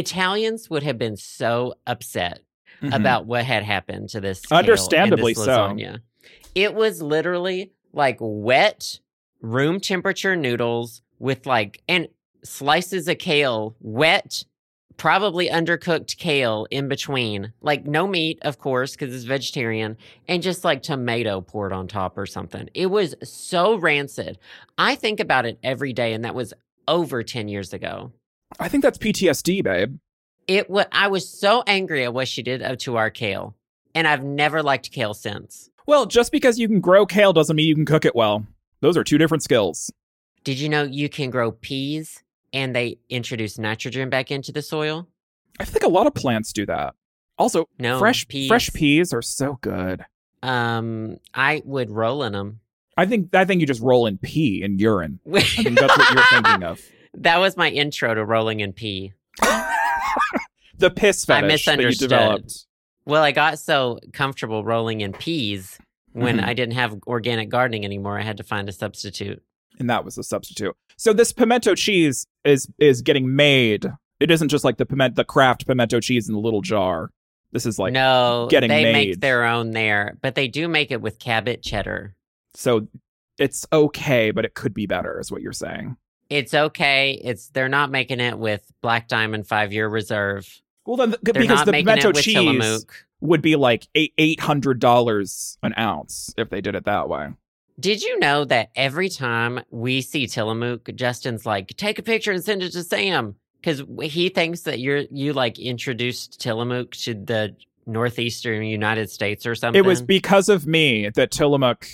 Italians would have been so upset
Mhm.
about what had happened to this kale and this
Understandably so.
lasagna. It was literally like wet room temperature noodles with like and slices of kale, wet, probably undercooked kale in between. Like no meat, of course, because it's vegetarian, and just like tomato poured on top or something. It was so rancid. I think about it every day, and that was over 10 years ago.
I think that's PTSD, babe.
It was. I was so angry at what she did up to our kale, and I've never liked kale since.
Well, just because you can grow kale doesn't mean you can cook it well. Those are two different skills.
Did you know you can grow peas and they introduce nitrogen back into the soil?
I think a lot of plants do that. Also,
No,
fresh
peas.
fresh peas are so good.
Um, I would roll in them.
I think I think you just roll in pee and urine. I think that's what you're thinking of.
[laughs] That was my intro to rolling in pee.
The piss
I
fetish
misunderstood.
that you developed.
Well, I got so comfortable rolling in peas when
Mhm.
I didn't have organic gardening anymore. I had to find a substitute.
and that was the substitute. So this pimento cheese is is getting made. It isn't just like the piment the craft pimento cheese in the little jar. This is like
no,
getting
they
made.
make their own there, but they do make it with Cabot cheddar.
so it's okay, but it could be better, is what you're saying.
It's okay. It's they're not making it with Black Diamond Five Year Reserve.
Well, then
They're
because
not
the
making it
pimento
with
cheese
Tillamook.
would be like eight eight hundred dollars an ounce if they did it that way.
Did you know that every time we see Tillamook, Justin's like, "Take a picture and send it to Sam," because he thinks that you're you like introduced Tillamook to the northeastern United States or something.
It was because of me that Tillamook.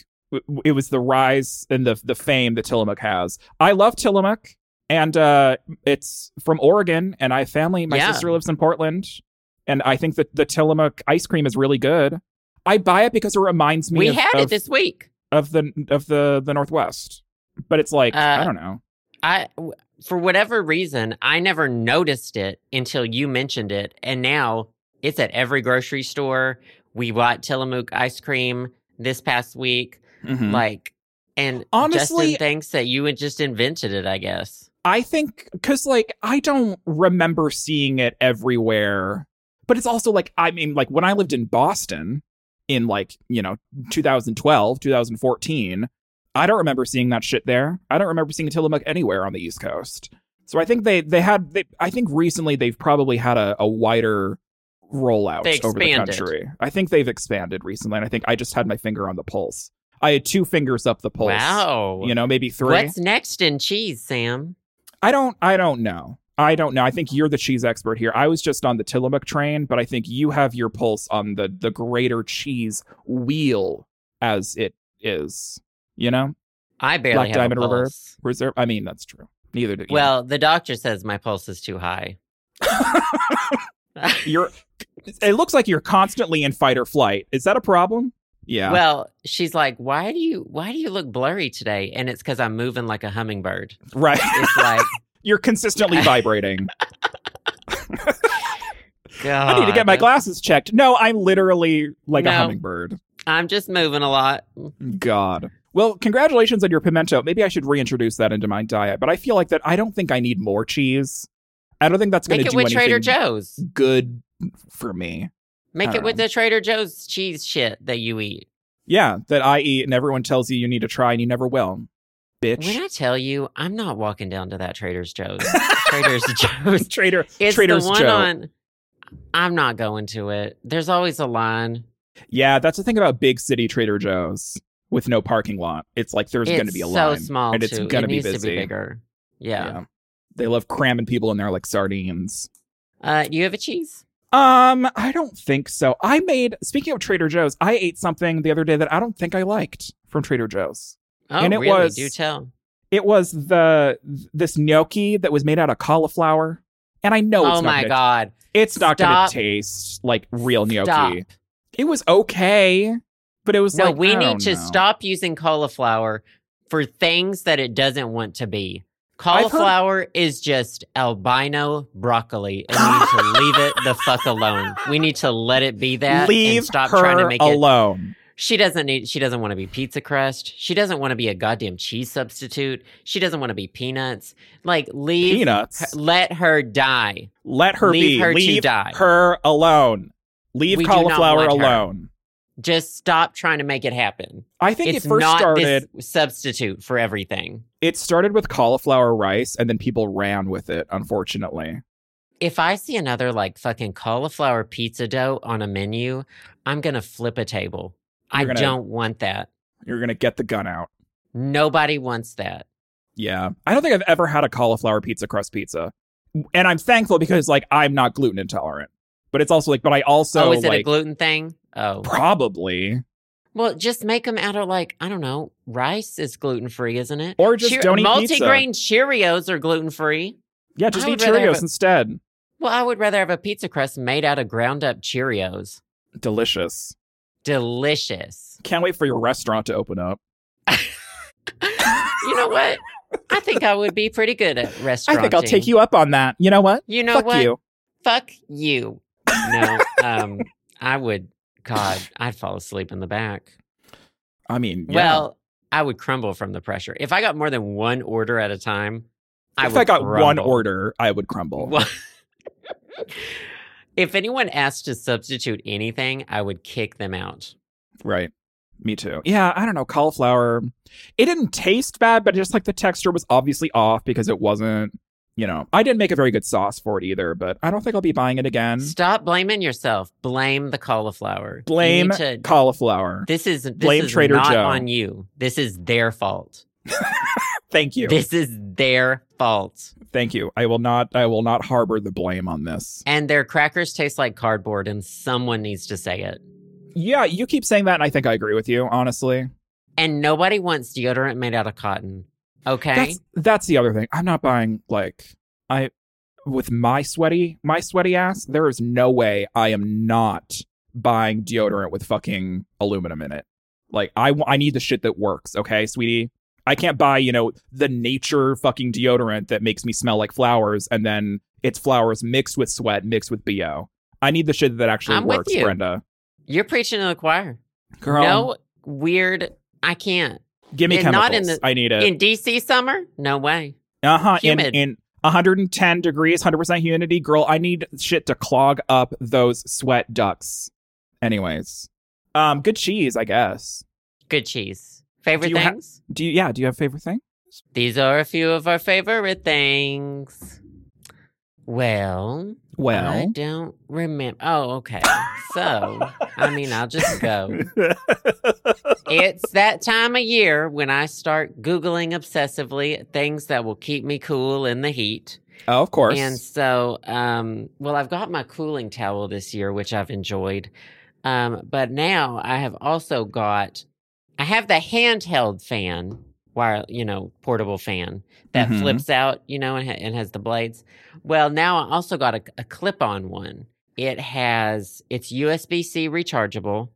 It was the rise and the the fame that Tillamook has. I love Tillamook, and uh, it's from Oregon, and I have family. My
Yeah.
sister lives in Portland, and I think that the Tillamook ice cream is really good. I buy it because it reminds me
we
of,
had
of,
it this week.
of the of the the Northwest, but it's like I
Uh,
don't know.
I w- for whatever reason I never noticed it until you mentioned it, and now it's at every grocery store. We bought Tillamook ice cream this past week,
Mhm.
like, and
Honestly-
Justin thinks that you had just invented it. I guess.
I think because like I don't remember seeing it everywhere, but it's also like I mean like when I lived in Boston in like you know 2012 2014, I don't remember seeing that shit there. I don't remember seeing Tillamook anywhere on the East Coast. So I think they they had they, I think recently they've probably had a, a wider rollout
They
over the
expanded.
country. I think they've expanded recently, and I think I just had my finger on the pulse. I had two fingers up the pulse.
Wow.
You know, maybe three.
What's next in cheese, Sam?
I don't I don't know. I don't know. I think you're the cheese expert here. I was just on the Tillamook train, but I think you have your pulse on the the greater cheese wheel as it is. You know?
I barely
Black
have
Diamond
a
Reverb?
pulse.
Reserve I mean that's true. Neither do you.
Well, the doctor says my pulse is too high.
you're it looks like you're constantly in fight or flight. Is that a problem? Yeah.
Well, she's like, "Why do you why do you look blurry today?" And it's cuz I'm moving like a hummingbird.
[laughs] right.
It's like,
You're
[laughs]
consistently vibrating.
God.
[laughs] I need to get my glasses checked. No, I'm literally like a
No.
hummingbird.
I'm just moving a lot.
God. Well, congratulations on your pimento. Maybe I should reintroduce that into my diet, but I feel like that I don't think I need more cheese. I don't think that's going
Make
to
it
do
with
anything
Trader Joe's.
good for me.
Make
I
it with
dunno.
the Trader Joe's cheese shit that you eat.
Yeah, that I eat and everyone tells you you need to try and you never will. Bitch. [laughs]
When I tell you, I'm not walking down to that Trader Joe's. Trader Joe's.
Trader
[laughs] It's
Trader's
the one
Joe.
on. I'm not going to it. There's always a line.
Yeah, that's the thing about big city Trader Joe's with no parking lot. It's like there's
it's
going to be a
so
line.
small
and it's
too.
gonna
it
be
needs to
busy.
be bigger. Yeah.
They love cramming people in there like sardines.
Uh, you have a cheese?
Um, I don't think so. I made speaking of Trader Joe's, I ate something the other day that I don't think I liked from Trader Joe's.
Oh,
And it
really?
was-
Do tell.
It was the this gnocchi that was made out of cauliflower, and I know
Oh
it's not
my
gonna,
god!
it's not going
Stop.
to taste like real gnocchi.
Stop.
It was okay, but it was
No,
like oh,
we
I don't
need to
know.
stop using cauliflower for things that it doesn't want to be.
I've heard-
Cauliflower is just albino broccoli, and we
[laughs]
need to leave it the fuck alone. We need to let it be that. and
Leave
stop
her
trying to make it.
alone.
She doesn't need. She doesn't want to be pizza crust. She doesn't want to be a goddamn cheese substitute. She doesn't want to be peanuts. Like leave.
Peanuts.
her- let her die.
Let her
leave
be.
her to
leave
die.
her alone. Leave
We do not
cauliflower
want her.
alone.
Just stop trying to make it happen.
I think
it's
it first
not
started.
this substitute for everything.
It started with cauliflower rice, and then people ran with it. Unfortunately,
If I see another like fucking cauliflower pizza dough on a menu, I'm gonna flip a table. I
You're gonna-
don't want that.
you're gonna get the gun out.
Nobody wants that.
Yeah. I don't think I've ever had a cauliflower pizza crust pizza. And I'm thankful because like I'm not gluten intolerant. But it's also like but I also
oh, is it
like
a gluten thing? Oh,
probably
well, just make them out of like I don't know. Rice is gluten free, isn't it?
or just
Cheer-
don't eat pizza.
multigrain Cheerios are gluten free.
Yeah, just
I
eat
would rather have
Cheerios
a-
instead.
Well, I would rather have a pizza crust made out of ground up Cheerios.
Delicious.
Delicious.
Can't wait for your restaurant to open up.
You know what? I think I would be pretty good at
[laughs] I
restaurant.
think I'll take you up on that. You know what?
You know
Fuck
what?
you.
fuck you. No,
[laughs]
um, I would, God, I'd fall asleep in the back.
I mean, yeah.
Well, I would crumble from the pressure. If I got more than one order at a time, I
if
would
I got
[laughs]
one
crumble.
order, I would crumble.
Well- if anyone asked to substitute anything, I would kick them out.
Right. Me too. Yeah, I don't know. Cauliflower. It didn't taste bad, but just like the texture was obviously off because it wasn't, you know, I didn't make a very good sauce for it either, but I don't think I'll be buying it again.
Stop blaming yourself. Blame the cauliflower. You
Blame
need to-
Cauliflower.
this is this
blame
is
Trader
not
Joe.
on you. This is their fault.
Thank you.
This is their fault.
[laughs] Thank you. I will not I will not harbor the blame on this.
And their crackers taste like cardboard, and someone needs to say it.
Yeah, you keep saying that and I think I agree with you, honestly.
And nobody wants deodorant made out of cotton. Okay.
That's that's the other thing. I'm not buying like I with my sweaty my sweaty ass, there is no way I am not buying deodorant with fucking aluminum in it. Like I wa- I need the shit that works, okay, sweetie? I can't buy, you know, the nature fucking deodorant that makes me smell like flowers and then it's flowers mixed with sweat, mixed with BO. I need the shit that actually
I'm with
works,
you.
Brenda.
You're preaching to the choir.
Girl,
No weird. I can't.
give me
and
chemicals. Uh,
not in the-
I need it.
In DC summer? No way.
Uh huh. In,
Humid.
in 110 degrees, 100% humidity, girl, I need shit to clog up those sweat ducts. Anyways, um, good cheese, I guess.
Good cheese. Favorite
Do you ha-
things?
Do you? Yeah. Do you have a favorite thing?
These are a few of our favorite things. Well, I
Well,
don't remember. Oh, okay. So, I mean, I'll just go. It's that time of year when I start Googling obsessively things that will keep me cool in the heat.
oh, [laughs] of course.
And so, um, well, I've got my cooling towel this year, which I've enjoyed. Um, but now I have also got, I have the handheld fan, wire, you know, portable fan that
Mhm.
flips out, you know, and, ha- and has the blades. Well, now I also got a, a clip on one. It has, it's USB C rechargeable,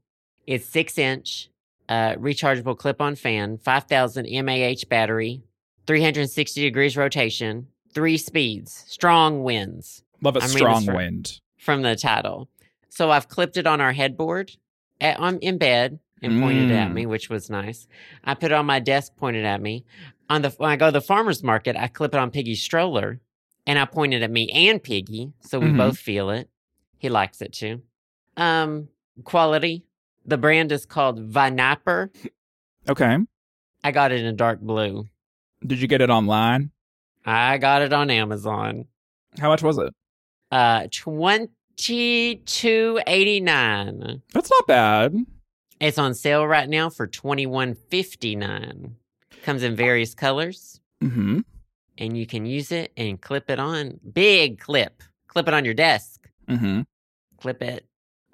it's six inch uh, rechargeable clip on fan, 5000 mAh battery, 360 degrees rotation, three speeds, strong winds
Love a
I mean,
strong
it's right.
wind.
from the title. So I've clipped it on our headboard at, on, in bed and pointed it at
Mm.
me, which was nice. I put it on my desk, pointed at me. On the when I go to the farmer's market, I clip it on Piggy's stroller and I pointed at me and Piggy. So we
Mhm.
both feel it. He likes it too. Um, quality. The brand is called Vinaper.
Okay.
I got it in dark blue.
Did you get it online?
I got it on Amazon.
How much was it?
Uh, twenty two eighty nine.
That's not bad.
It's on sale right now for twenty one fifty nine. Comes in various colors,
Mm-hmm.
and you can use it and clip it on big clip. Clip it on your desk.
Mm-hmm.
Clip it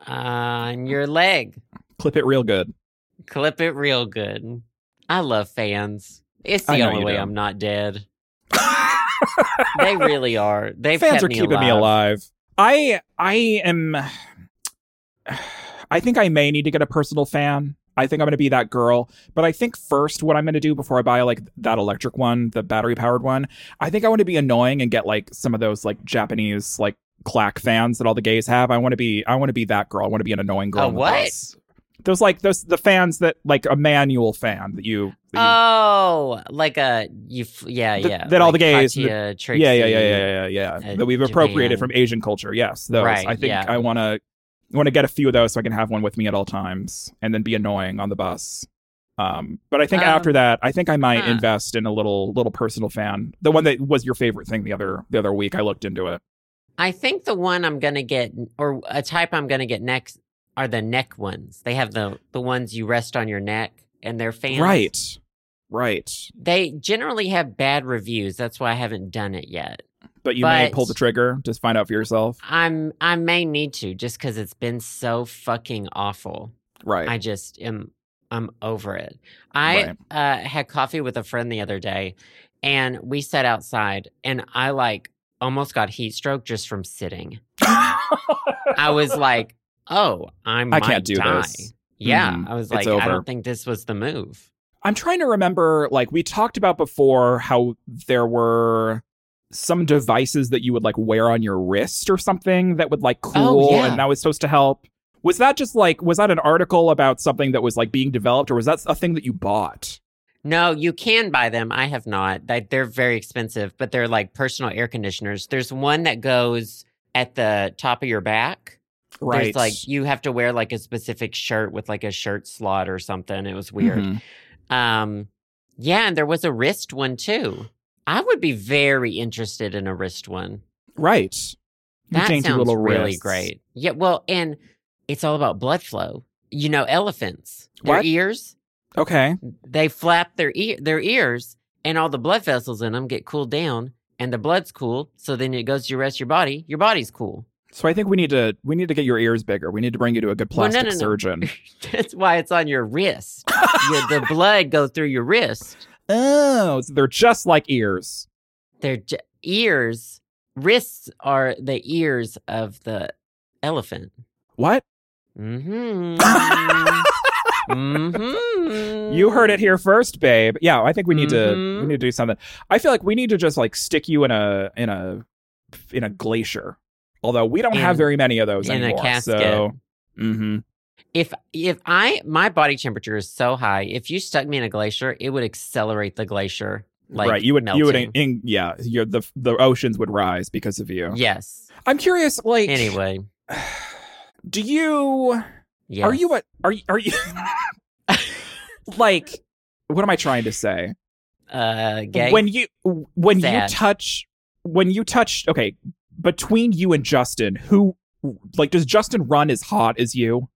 on your leg.
Clip it real good. [laughs]
Clip it real good. I love fans. It's
I
the
know
only
you
way
do.
I'm not
[laughs]
dead. They really are. They've
fans
kept
are
me
keeping me alive. I I am. [sighs] I think I may need to get a personal fan. I think I'm going to be that girl. But I think first, what I'm going to do before I buy like that electric one, the battery powered one, I think I want to be annoying and get like some of those like Japanese like clack fans that all the gays have. I want to be I want to be that girl. I want to be an annoying girl.
A
in the
what?
bus. Those like those the fans that like a manual fan that you. That you
Oh, like a you? F- yeah,
Th-
yeah.
that all the
like
gays-
Katya, Trixie,
yeah, yeah, yeah, yeah, yeah, yeah.
uh,
that we've appropriated
Japan.
from Asian culture. Yes, those.
Right,
I think
yeah.
I want to want to get a few of those so I can have one with me at all times and then be annoying on the bus. Um, but I think
Um,
after that, I think I might
huh.
invest in a little little personal fan, the one that was your favorite thing the other the other week. I looked into it.
I think the one I'm gonna get, or a type I'm gonna get next, are the neck ones. They have the the ones you rest on your neck, and they're fans.
Right, right.
They generally have bad reviews. That's why I haven't done it yet.
But you may
But-
pull the trigger to find out for yourself.
I'm I may need to just because it's been so fucking awful.
Right.
I just am I'm over it. I
Right.
uh, had coffee with a friend the other day and we sat outside and I like almost got heat stroke just from sitting. I was
[laughs]
like, "Oh, I might
can't do
die."
this.
Yeah,
Mhm.
I was
It's
like, "I
over.
don't think this was the move."
I'm trying to remember, like, we talked about before how there were some devices that you would like wear on your wrist or something that would like
Oh,
cool
yeah.
and that was supposed to help. Was that just like, was that an article about something that was like being developed or was that a thing that you bought?
No, you can buy them. I have not. They- They're very expensive, but they're like personal air conditioners. There's one that goes at the top of your back. There's like you have to wear like a specific shirt with like a shirt slot or something. It was weird.
Mhm.
Um yeah, and there was a wrist one too. I would be very interested in a wrist one.
Right. Your
That
dainty
sounds
little
really
wrists.
great. Yeah, well, and it's all about blood flow. You know, elephants, their
What?
ears,
Okay.
they flap their ear, their ears, and all the blood vessels in them get cooled down, and the blood's cool. So then it goes to your rest of your body. Your body's cool.
So I think we need to we need to get your ears bigger. We need to bring you to a good
Well, no, no,
plastic
no. [laughs]
surgeon.
That's why it's on your wrist. Your-
[laughs]
the blood goes through your wrist.
oh, so they're just like ears.
Their j- ears, wrists are the ears of the elephant.
What?
Mm-hmm. mm-hmm.
You heard it here first, babe. Yeah, I think we need to
Mhm.
we need to do something. I feel like we need to just like stick you in a in a in a glacier. Although we don't have
In-
very many of those
in a
anymore.
casket.
So Mhm.
If if I my body temperature is so high, if you stuck me in a glacier, it would accelerate the glacier. like
right, you would you would
melting.
in, yeah, your the the oceans would rise because of you.
Yes.
I'm curious like
Anyway.
do you
Yes.
Are you a are you
[laughs]
are you [laughs] like what am I trying to say?
uh gay?
When you when
Sad.
you touch when you touch okay, between you and Justin, who like does Justin run as hot as you?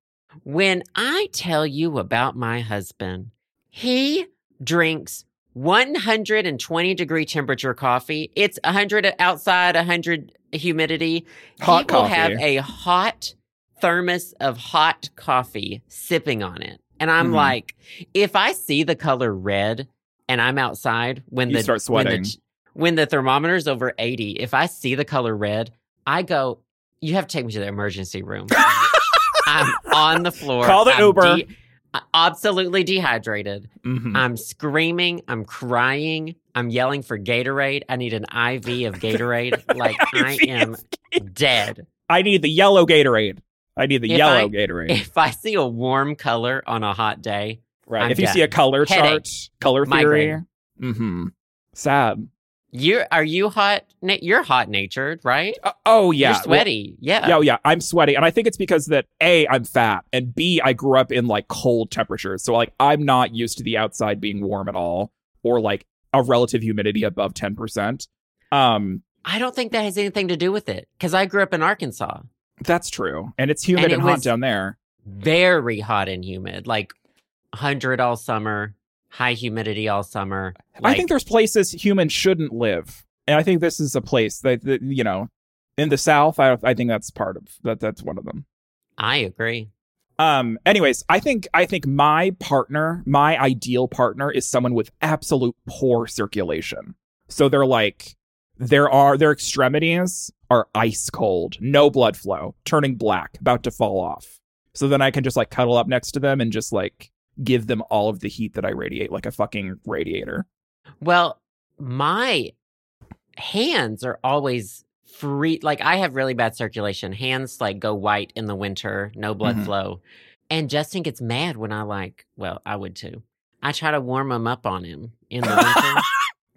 When I tell you about my husband, he drinks 120 degree temperature coffee. It's 100 outside, 100 humidity.
Hot
he will have
coffee.
a hot thermos of hot coffee sipping on it. And I'm
Mhm.
like, if I see the color red and I'm outside when
You
the
start
when
sweating.
the, when the thermometer's over 80, if I see the color red, I go, you have to take me to the emergency
[laughs]
room. I'm on the floor.
Call the
I'm
Uber.
de- uh, absolutely dehydrated.
Mm-hmm.
I'm screaming. I'm crying. I'm yelling for Gatorade. I need an
[laughs]
IV of Gatorade. like I
IV
am dead.
I need the yellow Gatorade. I need the
If
yellow
I-
Gatorade.
If I see a warm color on a hot day,
right.
I'm
if you
done.
see a color
Headache.
chart, color theory.
Migraine.
Mm-hmm. Sad.
you are you hot? Na- you're hot natured, right?
Uh, oh yeah.
You're
Well,
sweaty. yeah.
Yeah, yeah, I'm sweaty, and I think it's because that a I'm fat, and b I grew up in like cold temperatures, so like I'm not used to the outside being warm at all, or like a relative humidity above ten percent. Um,
I don't think that has anything to do with it because I grew up in Arkansas.
that's true, and it's humid
And
and,
it
hot
was-
down there.
Very hot and humid, like 100 all summer, high humidity all summer.
I
Like,
think there's places humans shouldn't live, and I think this is a place that, that you know, in the South, I I think that's part of that. That's one of them.
I agree.
Um. Anyways, I think I think my partner, my ideal partner, is someone with absolute poor circulation. So they're like, there are their extremities are ice cold, no blood flow, turning black, about to fall off. So then I can just like cuddle up next to them and just like give them all of the heat that I radiate, like a fucking radiator.
Well, my hands are always free. Like I have really bad circulation. Hands like go white in the winter, no blood
Mhm.
flow. And Justin gets mad when I like, well, I would too. I try to warm him up on him in the winter.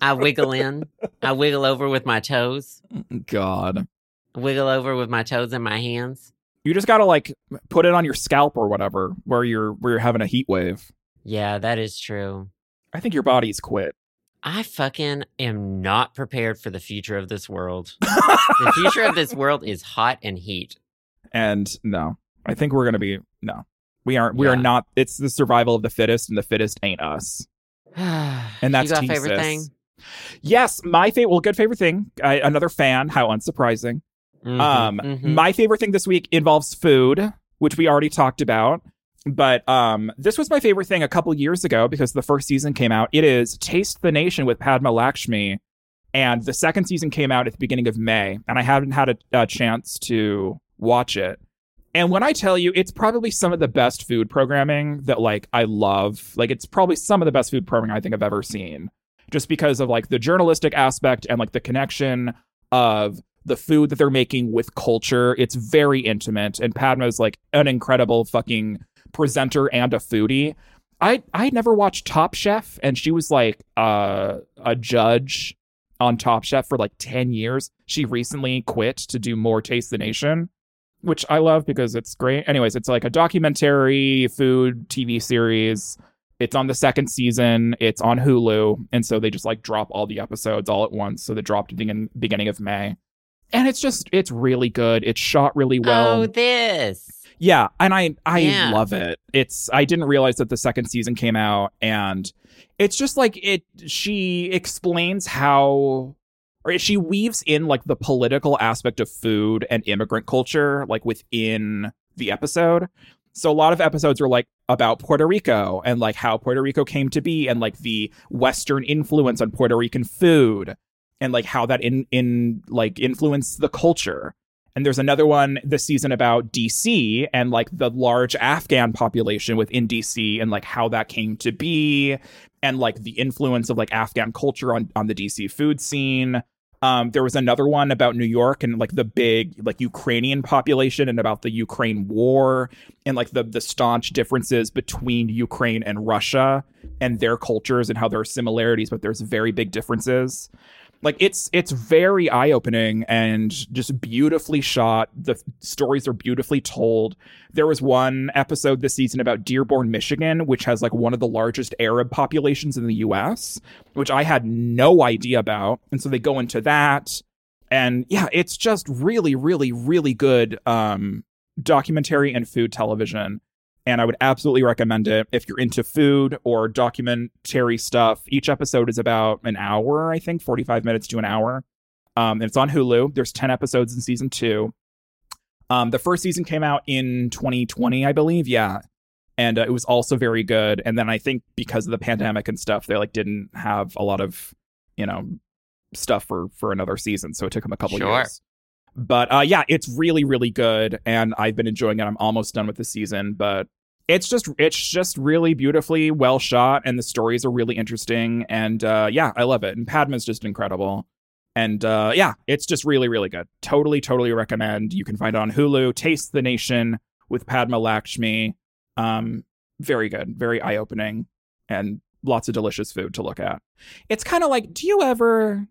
I wiggle in, I wiggle over with my toes,
God,
wiggle over with my toes and my hands.
you just gotta like put it on your scalp or whatever, where you're where you're having a heat wave.
Yeah, that is true.
I think your body's quit.
I fucking am not prepared for the future of this world. the future of
[laughs]
this world is hot and heat. [sighs]
and no i think we're gonna be no we aren't we are
Yeah.
not it's the survival of the fittest and the fittest ain't us
and
that's
you got
tea,
favorite
sis.
thing.
yes my favorite well good favorite thing I, another fan how unsurprising
Mhm,
um
mhm.
my favorite thing this week involves food which we already talked about but um this was my favorite thing a couple years ago because the first season came out it is taste the nation with padma lakshmi and the second season came out at the beginning of may and i haven't had a, a chance to watch it And when I tell you, it's probably some of the best food programming that like I love. Like it's probably some of the best food programming I think I've ever seen. Just because of like the journalistic aspect and like the connection of the food that they're making with culture. It's very intimate. And Padma's like an incredible fucking presenter and a foodie. I I had never watched Top Chef and she was like uh, a judge on Top Chef for like 10 years. She recently quit to do more Taste the Nation which I love because it's great. Anyways, it's like a documentary food TV series. It's on the second season. It's on Hulu, and so they just like drop all the episodes all at once. So they dropped at the begin- beginning of May, and it's just it's really good. It's shot really well.
oh, this.
Yeah, and I I
Yeah.
love it. It's I didn't realize that the second season came out and it's just like it she explains how or she weaves in like the political aspect of food and immigrant culture like within the episode. So a lot of episodes are like about Puerto Rico and like how Puerto Rico came to be and like the western influence on Puerto Rican food and like how that in in like influenced the culture. And there's another one this season about DC and like the large Afghan population within DC and like how that came to be and like the influence of like Afghan culture on, on the DC food scene. Um, there was another one about New York and like the big like Ukrainian population and about the Ukraine war and like the the staunch differences between Ukraine and Russia and their cultures and how there are similarities but there's very big differences. Like it's it's very eye opening and just beautifully shot. The f- stories are beautifully told. There was one episode this season about Dearborn, Michigan, which has like one of the largest Arab populations in the U.S which I had no idea about. And so they go into that. And yeah, it's just really, really, really good um, documentary and food television. And I would absolutely recommend it if you're into food or documentary stuff. Each episode is about an hour, I think, 45 minutes to an hour. Um, and it's on Hulu. There's 10 episodes in season two. Um, the first season came out in 2020, I believe. Yeah and uh, it was also very good and then i think because of the pandemic and stuff they like didn't have a lot of you know stuff for for another season so it took them a couple
Sure.
years but uh yeah it's really really good and i've been enjoying it i'm almost done with the season but it's just it's just really beautifully well shot and the stories are really interesting and uh yeah i love it and padma's just incredible and uh yeah it's just really really good totally totally recommend you can find it on hulu taste the nation with padma lakshmi um, very good, very eye opening, and lots of delicious food to look at. It's kind of like, do you ever?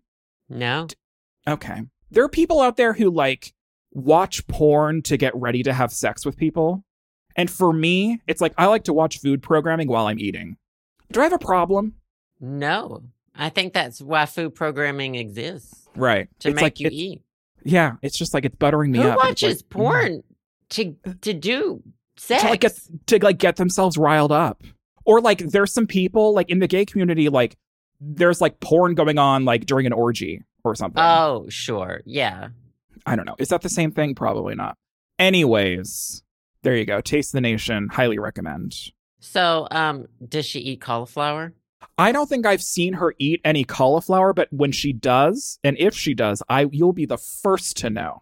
No.
Okay, there are people out there who like watch porn to get ready to have sex with people, and for me, it's like I like to watch food programming while I'm eating. Do I have a problem?
No. I think that's why food programming exists
Right.
to
it's
make
like
you
it's-
eat.
Yeah, it's just like it's buttering me
Who
up. It's
watches
like,
porn to to do sex?
to like get to like get themselves riled up or like there's some people like in the gay community like there's like porn going on like during an orgy or something
oh, sure. Yeah.
i don't know is that the same thing probably not anyways there you go taste the nation highly recommend
So, um, does she eat cauliflower?
i don't think i've seen her eat any cauliflower but when she does and if she does i you'll be the first to know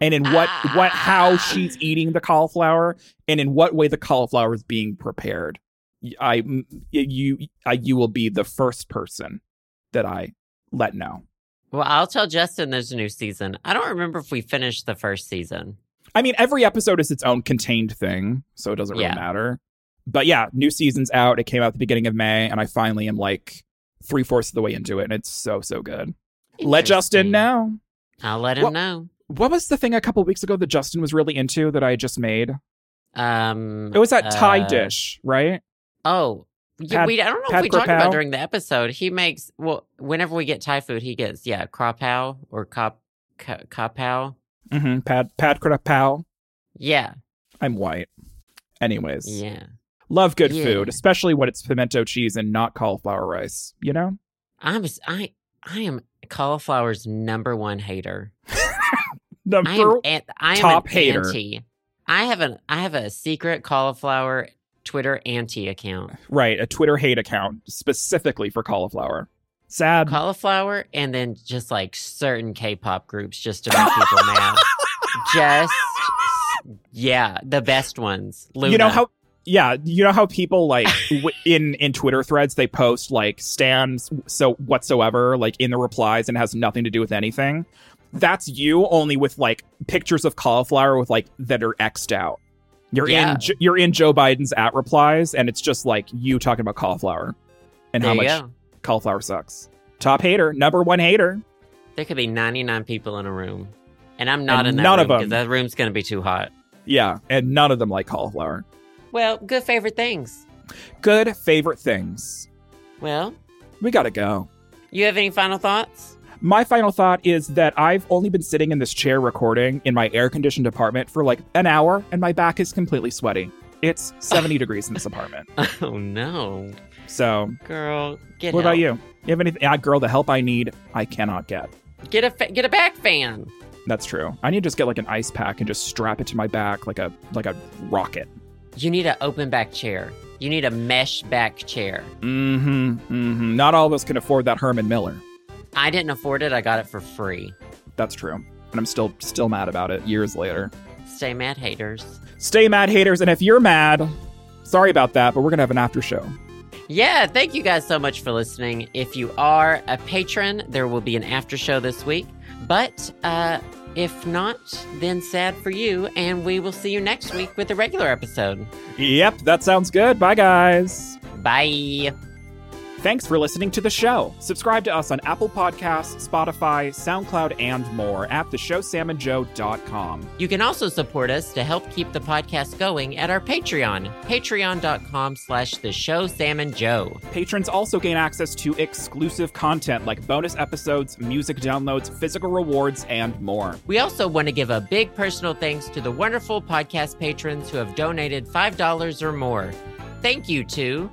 and in what what how she's eating the cauliflower and in what way the cauliflower is being prepared i you I, you will be the first person that i let know
Well, I'll tell Justin there's a new season. I don't remember if we finished the first season.
i mean every episode is its own contained thing so it doesn't really
Yeah.
matter but yeah new season's out it came out at the beginning of may and i finally am like three-fourths of the way into it and it's so so good let justin
Interesting.
know
I'll let him
Well-
know.
what was the thing a couple weeks ago that justin was really into that i just made
Um,
it was that thai
uh,
dish right
Oh, yeah,
Pad-
we, I don't know
pad
if we talked about
krapow?
during the episode. He makes, well, whenever we get Thai food, he gets, yeah, krapow or kop, ka- kapow.
mm-hmm pad pad pow
Yeah.
I'm white. Anyways,
Yeah.
love good
Yeah.
food, especially when it's pimento cheese and not cauliflower rice, you know?
I'm, s- I, I am cauliflower's number one hater. I am,
Number
an, I am
top
an
hater.
anti. I have an, I have a secret cauliflower Twitter anti account.
right, a Twitter hate account specifically for cauliflower. Sad.
cauliflower and then just like certain K-pop groups just to make people mad.
[laughs]
Just yeah, the best ones. Luna.
you know how yeah, you know how people like
[laughs]
w- in in Twitter threads they post like stands so whatsoever like in the replies and it has nothing to do with anything. That's you only with like pictures of cauliflower with like that are xed out. You're
Yeah.
in Jo- you're in Joe Biden's at replies and it's just like you talking about cauliflower and
there
how
you
much
go.
cauliflower sucks. Top hater, number one hater.
There could be 99 people in a room, and I'm not
And
in that
none
room
of
'cause
them.
that room's gonna be too hot.
Yeah, and none of them like cauliflower.
Well, good favorite things.
Good favorite things.
Well,
We gotta go.
you have any final
[laughs]
thoughts?
My final thought is that I've only been sitting in this chair recording in my air conditioned apartment for like an hour and my back is completely sweaty. It's 70 degrees in this apartment.
Oh no,
So,
girl, get
what
help.
about you? You have anything? Ah, girl, the help I need, I cannot get.
Get a fa- get a back fan.
That's true. I need to just get like an ice pack and just strap it to my back like a like a rocket.
You need an open back chair. You need a mesh back chair.
Mm-hmm. Mm-hmm. Not all of us can afford that Herman Miller.
I didn't afford it. I got it for free.
That's true. And I'm still still mad about it years later.
Stay mad, haters.
Stay mad, haters, and if you're mad, sorry about that, but we're gonna have an after show.
Yeah, thank you guys so much for listening. If you are a patron, there will be an after show this week. But uh, if not, then sad for you. And we will see you next week with a regular episode.
Yep, that sounds good. Bye, guys.
Bye.
Thanks for listening to the show. Subscribe to us on Apple Podcasts, Spotify, SoundCloud, and more at theshowsamandjoe.com.
You can also support us to help keep the podcast going at our Patreon, patreon.com slash the show Sam and Joe.
Patrons also gain access to exclusive content like bonus episodes, music downloads, physical rewards, and more.
We also want to give a big personal thanks to the wonderful podcast patrons who have donated $5 or more. Thank you to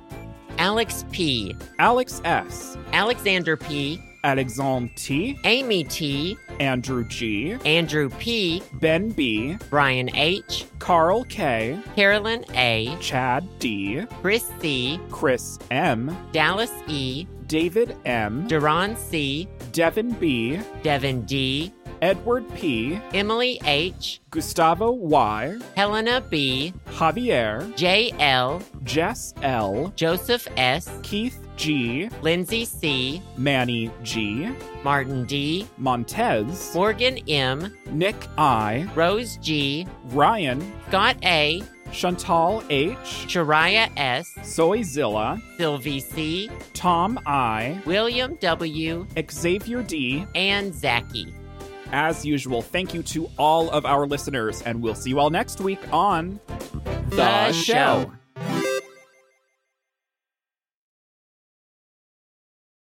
Alex P.,
Alex S.,
Alexander P.,
Alexandre T.,
Amy T.,
Andrew G.,
Andrew P.,
Ben B.,
Brian H.,
Carl K.,
Carolyn A.,
Chad D.,
Chris C.,
Chris M.,
Dallas E.,
David M.,
Duran C.,
Devin B.,
Devin D.,
Edward P.,
Emily H.,
Gustavo Y.,
Helena B.,
Javier,
JL,
Jess L.,
Joseph S.,
Keith G.,
Lindsay C.,
Manny G.,
Martin D.,
Montez,
Morgan M.,
Nick I.,
Rose G.,
Ryan,
Scott A.,
Chantal H.,
Shariah S.,
Soyzilla,
Sylvie C.,
Tom I.,
William W.,
Xavier D.
and Zachy.
As usual, thank you to all of our listeners, and we'll see you all next week on
The Show.